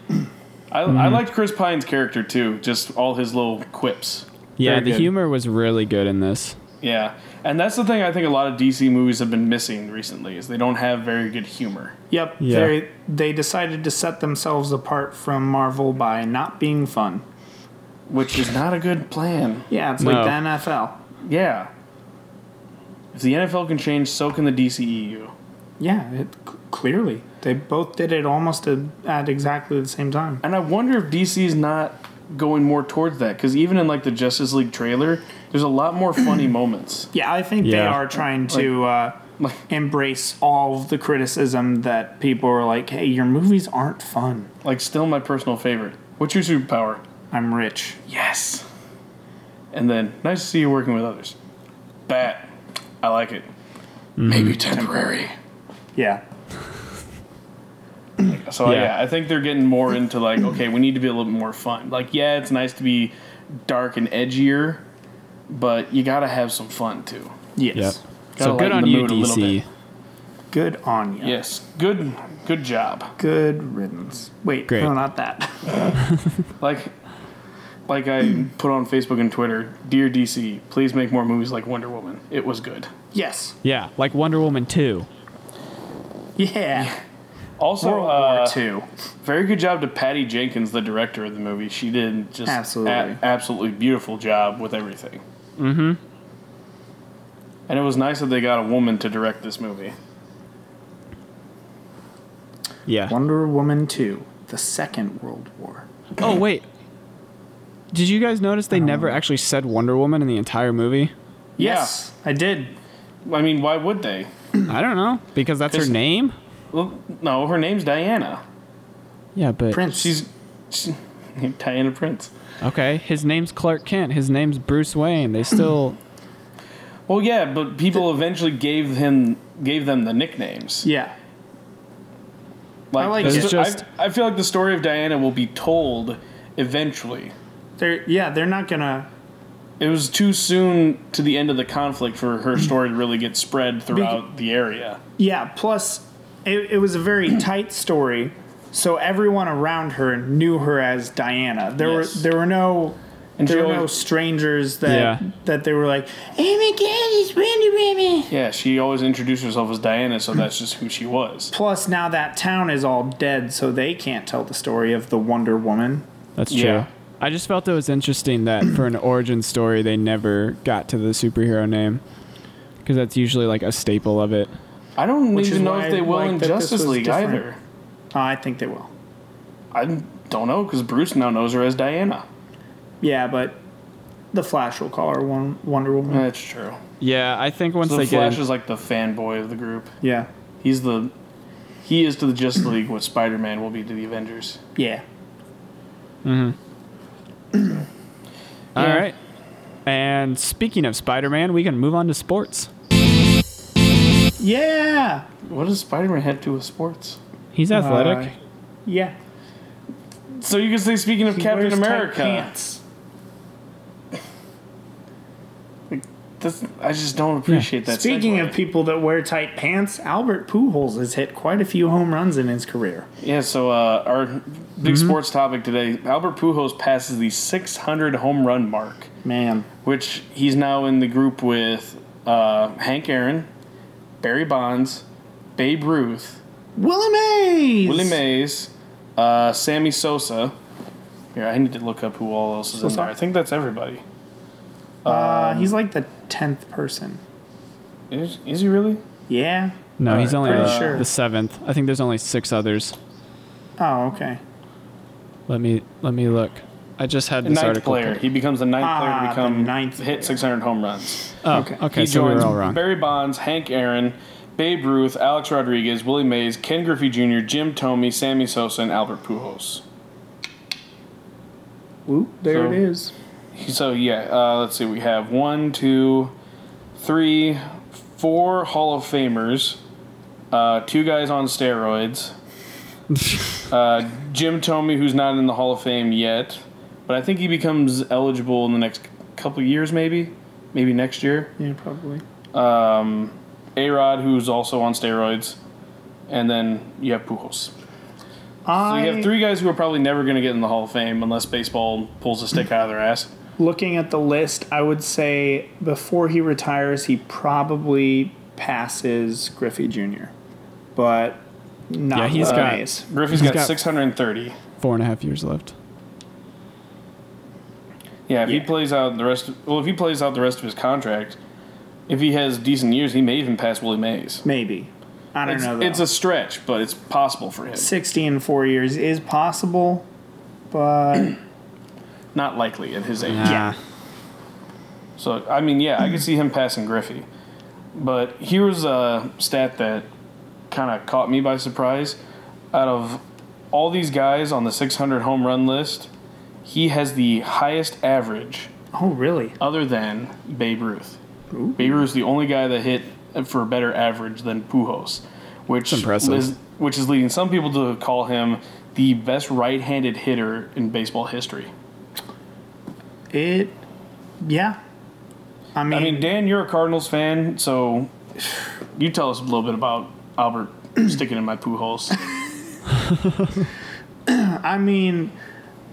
bad.
I, I liked Chris Pine's character too, just all his little quips.
Yeah,
Very
the
good.
humor was really good in this.
Yeah. And that's the thing I think a lot of DC movies have been missing recently is they don't have very good humor.
Yep.
Yeah.
They they decided to set themselves apart from Marvel by not being fun.
Which is not a good plan.
Yeah, it's
No.
like the NFL.
Yeah. If the NFL can change, so can the E DCEU.
Yeah, it, c- clearly they both did it almost at, at exactly the same time.
And I wonder if DC's not going more towards that because even in like the Justice League trailer, there's a lot more funny moments.
Yeah, I think they
Yeah.
are trying to uh,
Like-
embrace all of the criticism that people are like, "Hey, your movies aren't fun."
like still my personal favorite. What's your superpower?
I'm rich.
Yes. And then nice to see you working with others. Bat. I like it. Maybe temporary.
Yeah,
So yeah.
Yeah.
I think they're getting more into like, okay, we need to be a little bit more fun. Like, yeah, it's nice to be dark and edgier, but you gotta have some fun too.
yes,
Yep.
Gotta
So good
lighten
on
the
you,
mood a little
DC.
bit.
good on you.
Yes. Good good job.
Good riddance. Wait,
Great.
no, not that. [laughs]
Like like I put on Facebook and Twitter, dear DC, please make more movies like Wonder Woman. It was good.
yes.
Yeah, like Wonder Woman 2.
Yeah.
Also,
World
uh,
War Two.
Very good job to Patty Jenkins, the director of the movie. She did just
Absolutely.
absolutely beautiful job with everything. Mm-hmm. And it was nice that they got a woman to direct this movie.
Yeah.
Wonder Woman Two, the Second World War.
Oh, wait. Did you guys notice they never actually said Wonder Woman in the entire movie?
Yes, I did.
I mean, why would they?
I don't know. Because that's her
Just-
name?
Well, no, her name's Diana.
Yeah, but.
Prince.
She's, she- [laughs] Diana Prince.
Okay, his name's Clark Kent. His name's Bruce Wayne. They still.
Well, yeah, but people eventually gave him gave them the nicknames.
yeah.
Like,
I like
the
it.
sto- I-
It's just-
I feel like the story of Diana will be told eventually.
They're yeah. They're not gonna.
it was too soon to the end of the conflict for
[clears throat]
her story to really get spread throughout the area.
Yeah, plus it, it was
[clears throat]
a very tight story, so everyone around her knew her as Diana. There
Yes.
were there were no
And
there
she
were no
always-
strangers that
Yeah.
that they were like, "Oh my god, it's Wonder Woman!"
Yeah, she always introduced herself as Diana, so that's just who she was.
Plus, now that town is all dead, so they can't tell the story of the Wonder Woman.
That's true.
Yeah.
I just felt it was interesting [clears throat] that for an origin story, they never got to the superhero name because that's usually like a staple of it.
I don't
Which is
even know
why I
if they will
like
in
that this
Justice
was
League
different.
either.
Uh, I think they will.
I don't know because Bruce now knows her as Diana.
Yeah, but the Flash will call her Won- Wonder Woman.
That's true.
Yeah, I think once
So
they
the Flash
get
is like the fanboy of the group.
yeah,
He's the he is to the Justice League what Spider Man will be to the Avengers.
yeah.
all
yeah.
right. And speaking of Spider-Man, we can move on to sports.
Yeah.
What does Spider Man have to do with sports?
He's athletic.
Uh, yeah.
So you can say speaking of
He
Captain
wears tight
America,
pants.
this, I just don't appreciate that.
Speaking
segue.
of people that wear tight pants, Albert Pujols has hit quite a few home runs in his career.
yeah, so uh, our
Mm-hmm.
big sports topic today, Albert Pujols passes the 600 home run mark,
Man,
which he's now in the group with uh, Hank Aaron, Barry Bonds, Babe Ruth,
Willie Mays.
Willie Mays, uh, Sammy Sosa. Here, I need to look up who all else is in
Sosa.
there. I think that's everybody.
Uh, he's like the tenth person.
Is, is he really?
Yeah.
No, he's only
pretty
the,
sure.
the seventh. I think there's only six others.
Oh, okay.
Let me let me look. I just had
The
this
ninth
article.
player.
pulled-
He becomes the ninth
Ah,
player to become
the ninth player.
hit 600 home runs.
Oh, okay.
Okay.
he
so we
joins
were all wrong.
Barry Bonds, Hank Aaron, Babe Ruth, Alex Rodriguez, Willie Mays, Ken Griffey Jr., Jim Tomey, Sammy Sosa, and Albert Pujols.
Whoop! There
So-
it is.
So yeah, uh, let's see. We have one, two, three, four Hall of Famers, uh, two guys
[laughs]
on steroids. uh, Jim Tomey, who's not in the Hall of Fame yet, but I think he becomes eligible in the next couple years, maybe, maybe next year.
Yeah, probably.
A Rod, who's also on steroids, and then you have Pujols. So
I
you have three guys who are probably never going to get in the Hall of Fame unless baseball pulls a stick out of their ass.
looking at the list, I would say before he retires, he probably passes Griffey Jr. But not
Yeah, he's
Willie
got-
Mays.
Griffey's
He's
got
got-
630.
Four and a half years left.
Yeah, if he
Yeah.
plays out the rest, well, if he plays out the rest of his contract, if he has decent years, he may even pass Willie Mays.
maybe. I don't
It's,
know. Though.
it's a stretch, but it's possible for him.
sixty in four years is possible, but
Not likely at his age.
Yeah.
So I mean, yeah, I could see him passing Griffey. But here's a stat that kind of caught me by surprise. Out of all these guys on the 600 home run list, he has the highest average
oh really?
other than Babe Ruth. Babe Ruth's the only guy that hit for a better average than Pujols, which
impressive.
is which is leading some people to call him the best right-handed hitter in baseball history.
It, yeah. I mean,
I mean, Dan, you're a Cardinals fan, so you tell us a little bit about Albert [clears throat] sticking in my Pujols.
I mean,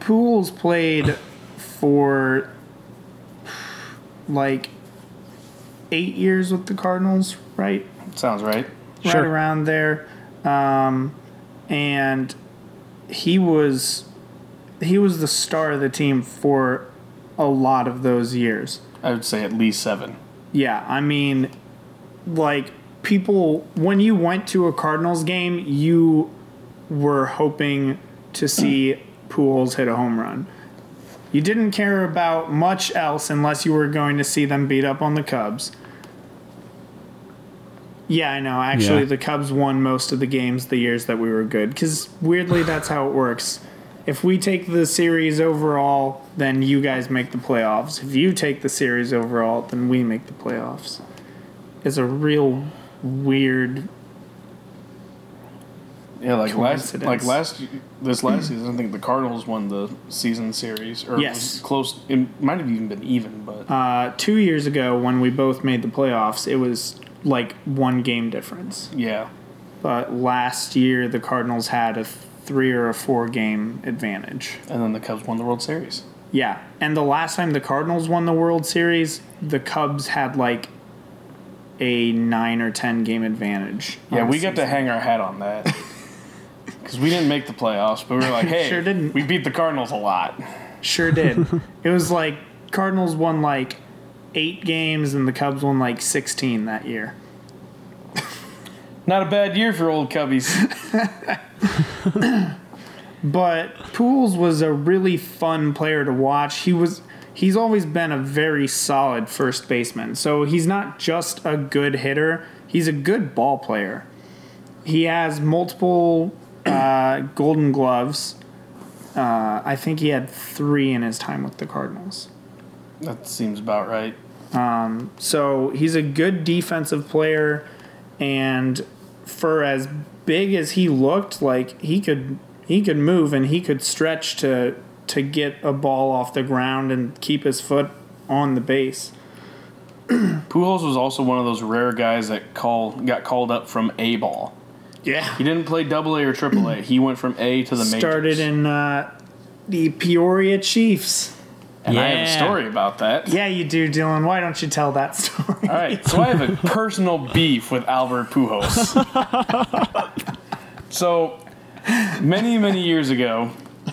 Pools played for like eight years with the Cardinals, right?
Sounds right.
Sure.
right around there. Um, and he was he was the star of the team for a lot of those years.
I would say at least seven.
Yeah, I mean, like people when you went to a Cardinals game, you were hoping to see Pools hit a home run. You didn't care about much else unless you were going to see them beat up on the Cubs. Yeah, I know. Actually,
Yeah.
the Cubs won most of the games the years that we were good cuz weirdly that's how it works. If we take the series overall, then you guys make the playoffs. If you take the series overall, then we make the playoffs. It's a real weird
Yeah, like last,
Coincidence.
like last, this last season, I think the Cardinals won the season series, or it
Yes.
was close. It might have even been even, but
Uh, two years ago, when we both made the playoffs, it was like one game difference.
yeah,
But last year, the Cardinals had a three or a four game advantage.
and then the Cubs won the World Series.
Yeah. And the last time the Cardinals won the World Series, the Cubs had like a nine or 10 game advantage.
Yeah,
on
we
the
got to
season.
hang our hat on
[laughs]
that because we didn't make the playoffs, but we were like, hey,
Sure didn't.
we beat the Cardinals a lot.
Sure
[laughs]
did. it was like Cardinals won like eight games and the Cubs won like 16 that year.
Not a bad year for old
[laughs]
Cubbies.
But Pools was a really fun player to watch. He was he's always been a very solid first baseman. So he's not just a good hitter, he's a good ball player. He has multiple uh, golden gloves. Uh, I think he had three in his time with the Cardinals.
that seems about right.
So he's a good defensive player, and for as big as he looked, like he could he could move and he could stretch to to get a ball off the ground and keep his foot on the base.
Pujols was also one of those rare guys that call got called up from A ball.
Yeah,
He didn't play Double A or Triple A. He went from A to the majors.
started in uh, the Peoria Chiefs.
and I have a
Yeah.
story about that.
Yeah, you do, Dylan. Why don't you tell that [laughs] story?
All right, so I
[laughs]
have a personal beef with Albert Pujols. so many, many years ago,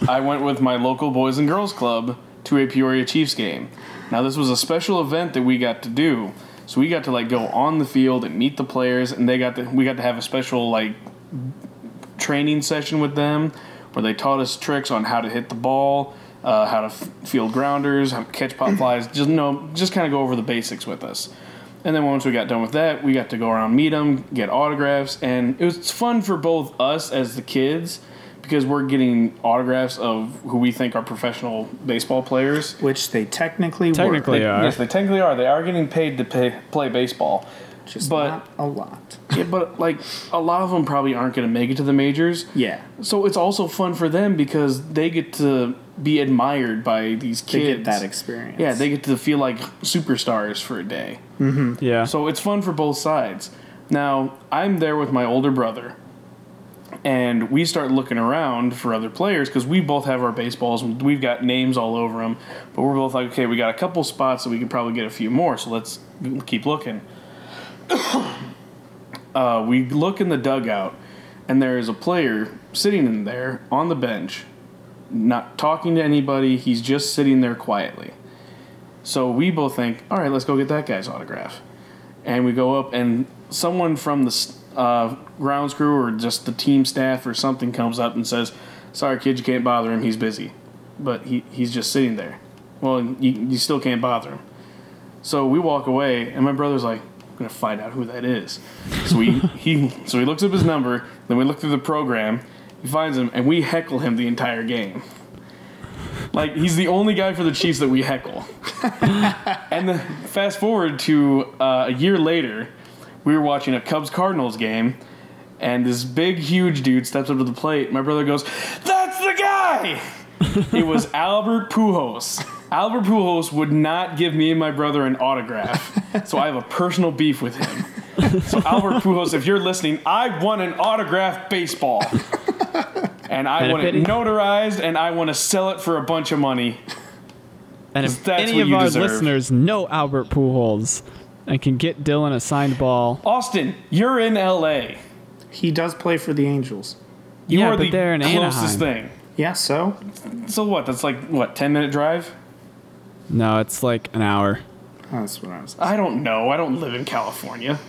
I went with my local Boys and Girls Club to a Peoria Chiefs game. Now this was a special event that we got to do. So we got to like go on the field and meet the players, and they got to, we got to have a special like training session with them where they taught us tricks on how to hit the ball, uh, how to f- field grounders, how to catch pop flies, just you know, just kind of go over the basics with us. And then once we got done with that, we got to go around, meet them, get autographs, and it was fun for both us as the kids because we're getting autographs of who we think are professional baseball players.
Which they technically
Technically,
were.
They are.
Yes, they technically are. They are getting paid to pay, play baseball.
just
but-
not a lot.
Yeah, but like a lot of them probably aren't going to make it to the majors.
Yeah,
So it's also fun for them because they get to be admired by these kids.
to get that experience.
Yeah, they get to feel like superstars for a day.
Yeah.
So it's fun for both sides. Now, I'm there with my older brother, and we start looking around for other players because we both have our baseballs. and We've got names all over them, but we're both like, okay, we got a couple spots that we can probably get a few more, so let's keep looking. [coughs] uh, we look in the dugout, and there is a player sitting in there on the bench, not talking to anybody. He's just sitting there quietly. So we both think, all right, let's go get that guy's autograph and we go up and someone from the s- uh, grounds crew or just the team staff or something comes up and says sorry kid you can't bother him he's busy but he, he's just sitting there well you, you still can't bother him so we walk away and my brother's like i'm gonna find out who that is so we he so he looks up his number then we look through the program he finds him and we heckle him the entire game like he's the only guy for the Chiefs that we heckle. and then fast forward to uh, a year later, we were watching a Cubs Cardinals game, and this big, huge dude steps up to the plate. My brother goes, "That's the guy." it was Albert Pujols. Albert Pujols would not give me and my brother an autograph, so I have a personal beef with him. So Albert Pujols, if you're listening, I want an autograph baseball. And I want it
Benefiting?
notarized, and I want to sell it for a bunch of money.
And if
That's
any
what
of
you
our
deserve.
listeners know Albert Pujols and can get Dylan a signed ball,
Austin, you're in LA.
he does play for the Angels.
You
Yeah,
are
but
the
they're in
closest
Yeah, so
thing. So what? That's like what, ten minute drive?
no, it's like an hour.
that's what I was.
I don't know. I don't live in California.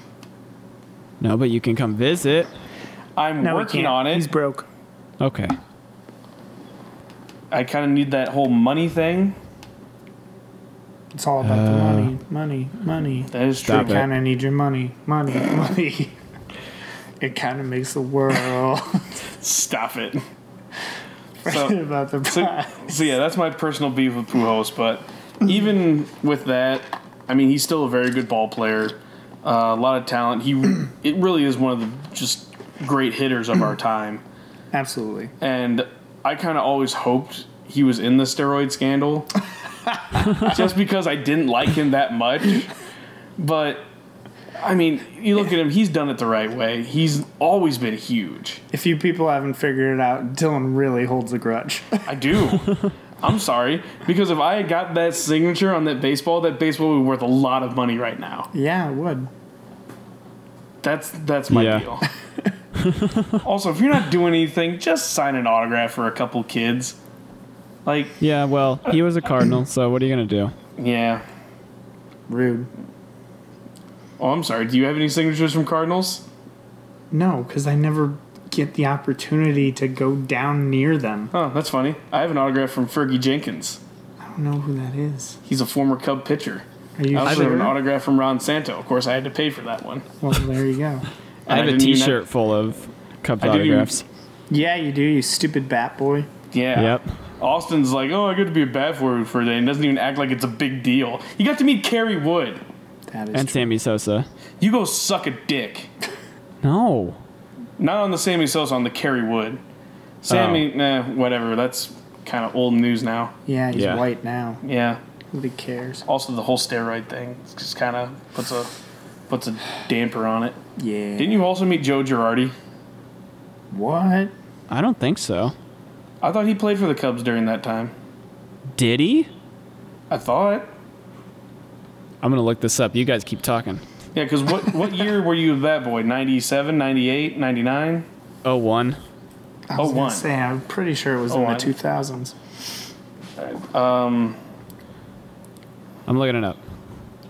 No, but you can come visit.
I'm
No, he
working on
can't. He's
it.
broke.
Okay.
I kind of need that whole money thing.
It's all about the money, money, money.
That is
Uh, Stop
true.
it.
Kind of need your money, money, [laughs] money. It kind of makes the
[laughs]
world [laughs]
Stop it.
forget about the
Oh. So,
prize.
so yeah, that's my personal beef with Pujols. But even with that, I mean, he's still a very good ball player, uh, a lot of talent. He it really is one of the just great hitters of our time.
Absolutely.
and I kind of always hoped he was in the steroid scandal, just because I didn't like him that much. But I mean, you look at him; he's done it the right way. He's always been huge.
If you people haven't figured it out, Dylan really holds a grudge. [laughs]
I do. I'm sorry because if I had got that signature on that baseball, that baseball would be worth a lot of money right now.
yeah, it would.
That's that's my
Yeah.
deal. also, if you're not doing anything, just sign an autograph for a couple kids. Like,
Yeah, well, he was a cardinal, so what are you gonna do?
yeah.
Rude.
Oh, I'm sorry. Do you have any signatures from Cardinals?
No, because I never get the opportunity to go down near them.
Oh, that's funny. I have an autograph from Fergie Jenkins.
I don't know who that is.
He's a former Cub pitcher.
Are you
I also have
sure?
an autograph from Ron Santo. Of course, I had to pay for that one.
well, there you go.
And
I have a
didn't even
T-shirt full of Cubs
I didn't even-
autographs.
Yeah, you do, you stupid bat boy.
yeah.
Yep.
Austin's like, oh, I got to be a bat for for a day, and doesn't even act like it's a big deal. You got to meet Kerry Wood.
That is
And
true.
Sammy Sosa.
You go suck a dick.
No.
Not on the Sammy Sosa, on the Kerry Wood. Sammy,
Oh.
nah, whatever. That's kind of old news now.
Yeah, he's
Yeah.
white now.
Yeah.
Nobody cares.
Also, the whole steroid thing just kind of puts a puts a damper on it.
Yeah.
Didn't you also meet Joe Girardi?
what?
I don't think so.
I thought he played for the Cubs during that time.
Did he?
I thought.
I'm gonna look this up. You guys keep talking.
Yeah, because what, [laughs] what year were you with that boy? 97, 98, 99?
Oh one.
I
Oh,
was gonna
one.
say, I'm pretty sure it was
Oh,
in the
one.
2000s.
Um,
I'm looking it up.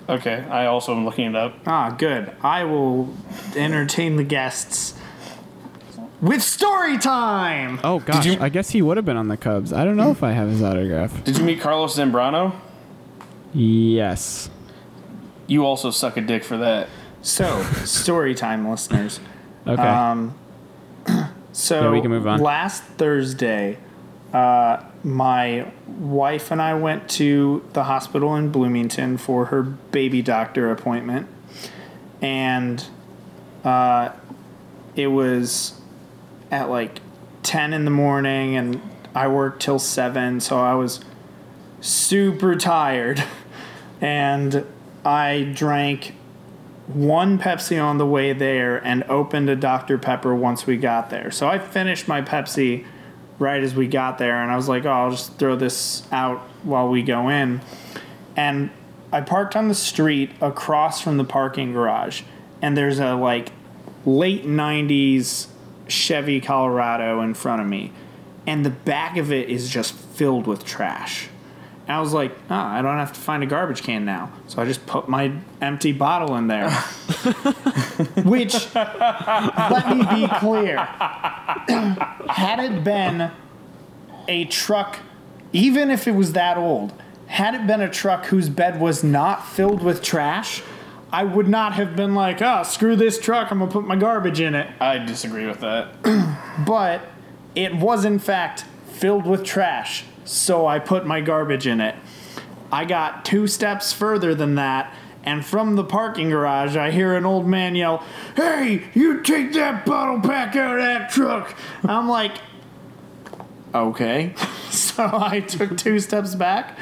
Okay, I also am looking it up.
Ah, good. I will entertain the guests with story time.
Oh gosh,
you-
I guess he would have been on the Cubs. I don't know if I have his autograph.
Did you meet Carlos Zambrano?
Yes.
You also suck a dick for that.
So, story time, listeners.
Okay.
Um, so
Yeah, we can move on.
Last Thursday, uh, my wife and I went to the hospital in Bloomington for her baby doctor appointment, and uh, it was at like ten in the morning, and I worked till seven, so I was super tired, [laughs] and I drank one Pepsi on the way there and opened a Dr. Pepper once we got there. So I finished my Pepsi right as we got there and I was like, oh, I'll just throw this out while we go in. And I parked on the street across from the parking garage and there's a like late 90s Chevy Colorado in front of me. And the back of it is just filled with trash. And I was like, oh, I don't have to find a garbage can now. So I just put my empty bottle in there. Which, let me be clear, [clears throat] had it been a truck, even if it was that old, had it been a truck whose bed was not filled with trash, I would not have been like, oh, screw this truck, I'm gonna put my garbage in it
I disagree with that.
but it was in fact filled with trash, so I put my garbage in it. I got two steps further than that, and from the parking garage, I hear an old man yell, Hey, you take that bottle back out of that truck! I'm like, Okay. [laughs] so I took two steps back,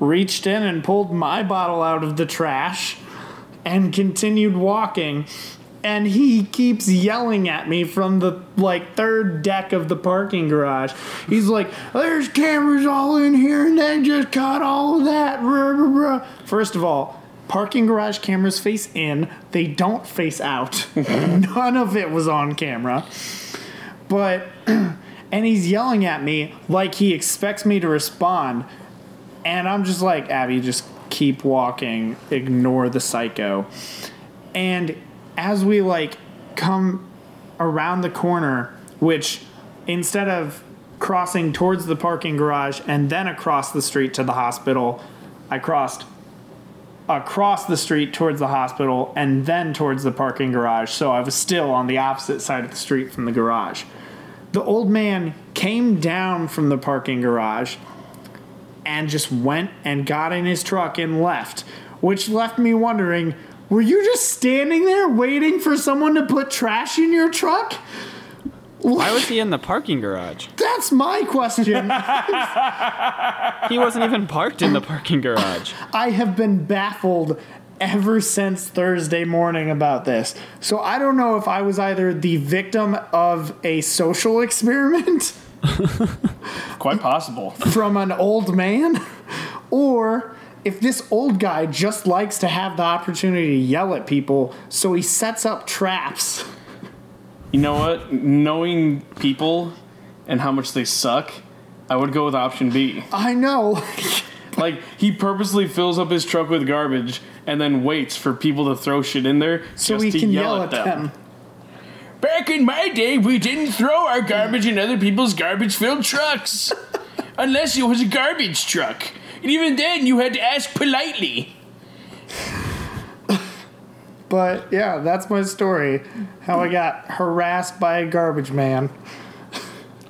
reached in and pulled my bottle out of the trash, and continued walking. And he keeps yelling at me from the like third deck of the parking garage. He's like, "There's cameras all in here, and they just caught all of that." Blah, blah, blah." First of all, parking garage cameras face in; they don't face out. [laughs] None of it was on camera. But [clears throat] and he's yelling at me like he expects me to respond. And I'm just like, Abby, just keep walking, ignore the psycho. And as we like come around the corner, which instead of crossing towards the parking garage and then across the street to the hospital, I crossed across the street towards the hospital and then towards the parking garage. So I was still on the opposite side of the street from the garage the old man came down from the parking garage and just went and got in his truck and left, which left me wondering Were you just standing there waiting for someone to put trash in your truck?
Why was he in the parking garage?
[laughs] That's my question.
He wasn't even parked in the parking garage.
I have been baffled ever since Thursday morning about this. So I don't know if I was either the victim of a social [laughs] experiment
Quite possible.
from an old man or if this old guy just likes to have the opportunity to yell at people, so he sets up traps.
You know what? Knowing people and how much they suck, I would go with option B.
I know. [laughs]
Like he purposely fills up his truck with garbage and then waits for people to throw shit in there
so
just
we
to
can
yell, at them. Back in my day, we didn't throw our garbage in other people's garbage-filled trucks, unless it was a garbage truck, and even then, you had to ask politely.
But yeah, that's my story. How I got harassed by a
[laughs]
garbage man.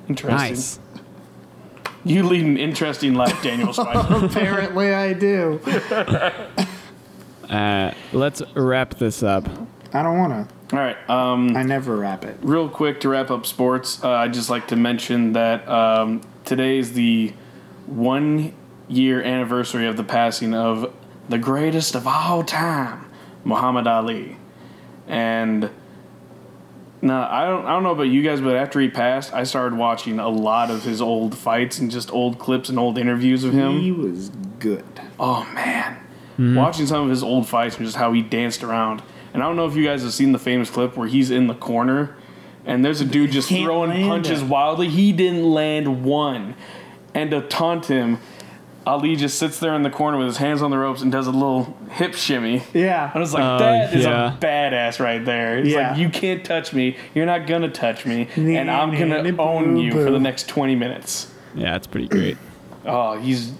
Interesting.
Nice.
You lead an interesting life, Daniel Spicer. [laughs]
Apparently, I do.
Uh, let's wrap this up.
I don't want to.
All right. Um,
I never wrap it.
real quick to wrap up sports, uh, I'd just like to mention that um, today is the one year anniversary of the passing of the greatest of all time, Muhammad Ali. And now I don't I don't know about you guys, but after he passed, I started watching a lot of his old fights and just old clips and old interviews of him.
He was good.
Oh man,
Hmm.
watching some of his old fights and just how he danced around. And I don't know if you guys have seen the famous clip where he's in the corner and there's a dude just
can't
throwing
land
punches
it.
wildly. He didn't land one. And to taunt him, Ali just sits there in the corner with his hands on the ropes and does a little hip shimmy.
Yeah.
I was like,
Oh,
that is
yeah.
a badass right there. It's
Yeah.
like, you can't touch me. You're not going to touch me. And I'm going to own you for the next 20 minutes.
Yeah, it's pretty great.
Oh, he's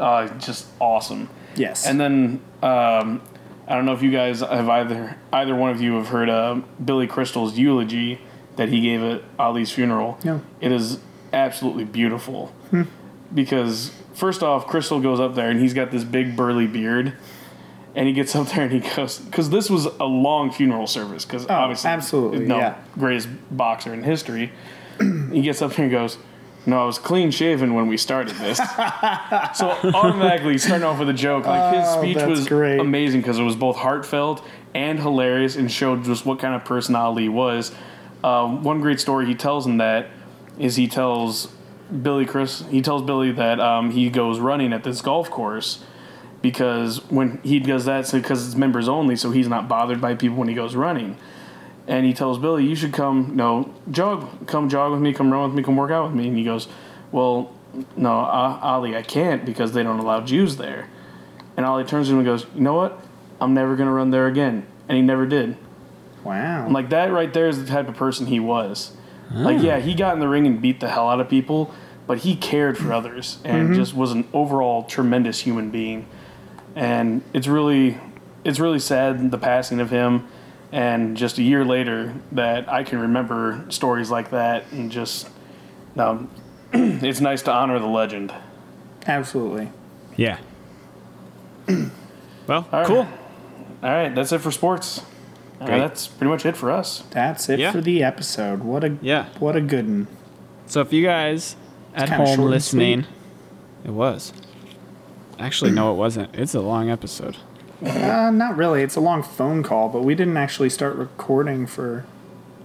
uh, just awesome.
Yes.
And then um, I don't know if you guys have either either one of you have heard uh, Billy Crystal's eulogy that he gave at Ali's funeral.
No.
It is absolutely beautiful
Hmm.
because first off, Crystal goes up there and he's got this big burly beard. And he gets up there and he goes, because this was a long funeral service, because obviously,
Oh, absolutely,
no
yeah.
greatest boxer in history. he gets up here and goes, "No, I was clean shaven when we started
[laughs]
this." So automatically starting off with a joke, like his
Oh,
speech
that's
was
great.
amazing because it was both heartfelt and hilarious and showed just what kind of person Ali was. Um, one great story he tells him that is he tells Billy Chris he tells Billy that um, he goes running at this golf course because when he does that so because it's members only so he's not bothered by people when he goes running and he tells Billy, "You should come, no, jog, come jog with me, come run with me, come work out with me." And he goes, "Well, no, uh, Ali, I can't because they don't allow Jews there." And Ali turns to him and goes, "You know what? I'm never gonna run there again." And he never did.
wow.
Like that right there is the type of person he was.
Ah.
Like yeah, he got in the ring and beat the hell out of people, but he cared
Mm-hmm.
for others and just was an overall tremendous human being. And it's really it's really sad the passing of him and just a year later that I can remember stories like that and just um, [clears throat] it's nice to honor the legend.
Absolutely.
Yeah. well,
right.
cool.
All right, that's it for sports. Uh,
Great.
that's pretty much it for us.
That's it
Yeah.
for the episode. What a
Yeah.
what a good one.
So if you guys at
kinda short
home
and
listening, it was. Actually, no, it wasn't. It's a long episode.
Uh, not really. It's a long phone call, but we didn't actually start recording for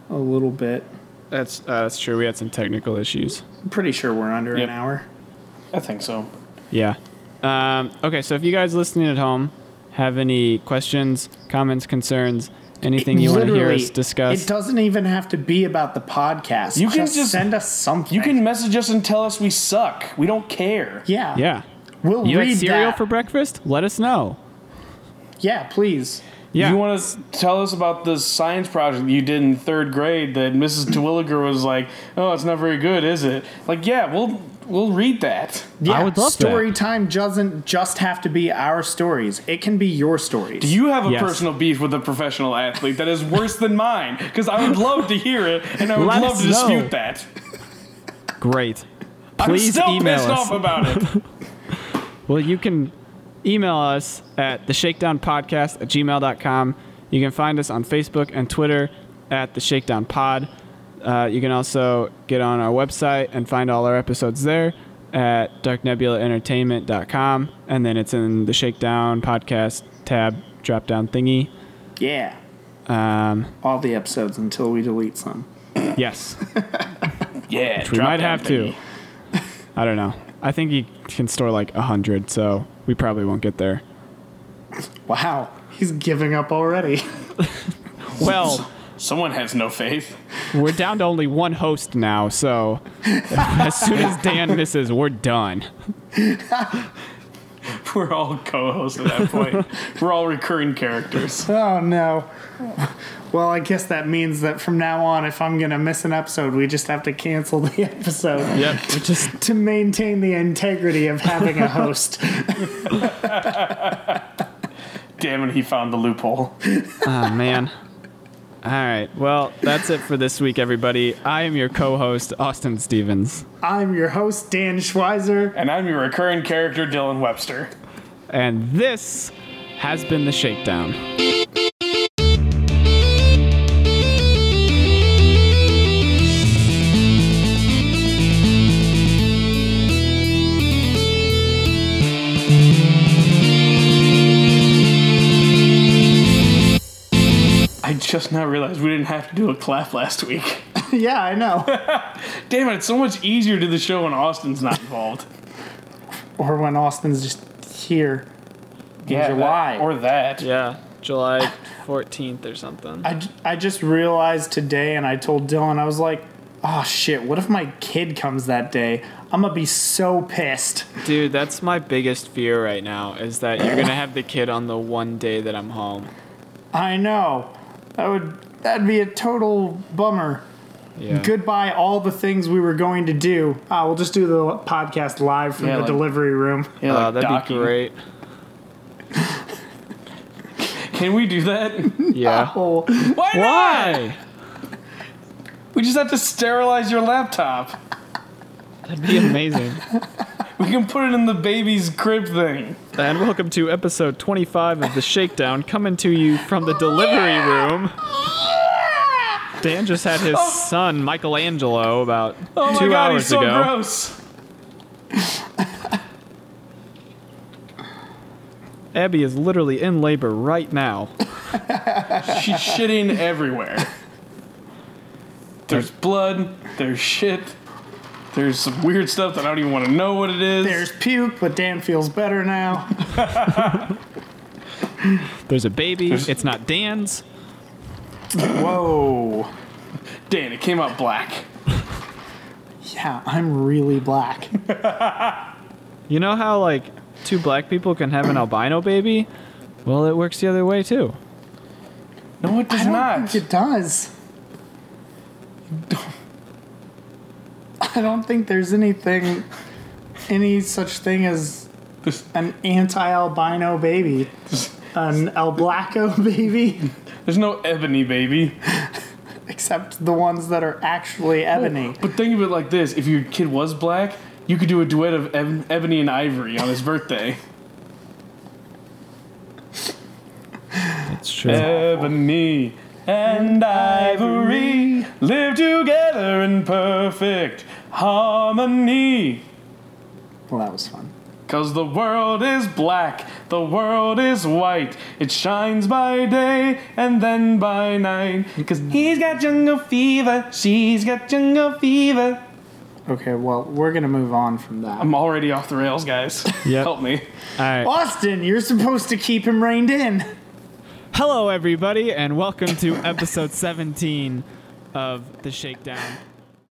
a little bit.
That's uh, that's true. We had some technical issues.
I'm pretty sure we're under
Yep.
an hour.
I think so.
Yeah. Um, okay, so if you guys listening at home have any questions, comments, concerns, anything you want to hear
Literally,
us discuss,
It doesn't even have to be about the podcast.
You can just-
send us something.
You can message us and tell us we suck. We don't care.
Yeah.
yeah.
We'll
You
read
had cereal
that.
for breakfast? Let us know.
yeah, please.
Yeah.
You want to tell us about the science project you did in third grade that Mrs. Terwilliger was like, "Oh, it's not very good, is it?" Like, yeah, we'll we'll read that.
Yeah,
I would love that.
story time doesn't just have to be our stories. It can be your stories.
Do you have a
Yes.
personal beef with a professional athlete that is worse than mine? Because I would love to hear it, and I would
Let
love
us
to
know.
dispute that.
Great. Please
I'm still
email [laughs]
pissed
us.
off about it.
Well, you can email us at the shakedown podcast at gmail.com you can find us on facebook and twitter at the shakedown pod uh, you can also get on our website and find all our episodes there at darknebulaentertainment.com and then it's in the shakedown podcast tab drop down thingy
Yeah.
um,
All the episodes until we delete some.
yes
Yeah,
we might have to i don't know i think you can store like 100 so we probably won't get there
Wow. He's giving up already. [laughs]
well
Someone has no faith. [laughs]
We're down to only one host now, so [laughs] as soon as Dan misses, we're done.
We're all co-hosts at that point. We're all recurring characters.
Oh no. Well, I guess that means that from now on, if I'm gonna miss an episode, we just have to cancel [laughs] the episode
Yep. We just
to maintain the integrity of having [laughs] a host.
Damn it, he found the loophole.
oh man. All right. Well, that's it for this week, everybody. I am your co-host, Austin Stevens,
I'm your host, Dan Schweizer.
And I'm your recurring character, Dylan Webster.
and this has been the Shakedown.
I just now realized we didn't have to do a clap last week. [laughs]
yeah, I [laughs] know.
Damn it, it's so much easier to do the show when Austin's not
[laughs]
involved.
or when Austin's just here.
yeah,
July.
That, or that.
Yeah, July 14th or something.
I, j- I just realized today, and I told Dylan, I was like, oh shit, what if my kid comes that day? I'm gonna be so pissed.
Dude, that's my biggest fear right now is that you're gonna have the kid on the one day that I'm home.
I know. That would that'd be a total bummer.
Yeah.
Goodbye, all the things we were going to do. Ah, we'll just do the podcast live from
Yeah,
the
like-
delivery room.
Yeah,
Uh,
like
that'd
docking.
be great.
Can we do that? [laughs]
Yeah.
[laughs] Oh,
Why not?
Why?
We just have to sterilize your laptop.
That'd be amazing.
We can put it in the baby's crib thing.
And welcome to episode 25 of The Shakedown, coming to you from the delivery room. Dan just had his son, Michelangelo, about
Oh
two
my god,
hours
he's so
ago.
gross.
Abby is literally in labor right now. [laughs]
She's shitting everywhere. There's blood, there's shit, there's some weird stuff that I don't even want to know what it is.
there's puke, but Dan feels better now.
There's a baby. It's not Dan's.
Whoa.
Dan, it came out black.
Yeah, I'm really black.
You know how, like, two black people can have an albino baby? Well, it works the other way, too.
No, it
I
does
don't
not.
think it does. I don't think there's anything, any such thing as
There's-
an anti-albino baby, an alblaco [laughs] baby,
There's no ebony, baby.
except the ones that are actually ebony.
But think of it like this if your kid was black, you could do a duet of Eb- Ebony and Ivory on his birthday.
That's true.
Ebony and Ivory live together in perfect harmony.
Well, that was fun.
Cause the world is black, the world is white. It shines by day and then by night. Cause he's got jungle fever, she's got jungle fever.
Okay, well, we're gonna move on from that.
I'm already off the rails, guys.
Yep.
[laughs] Help me.
All right.
Austin, you're supposed to keep him reined in.
Hello, everybody, and welcome to episode 17 of The Shakedown.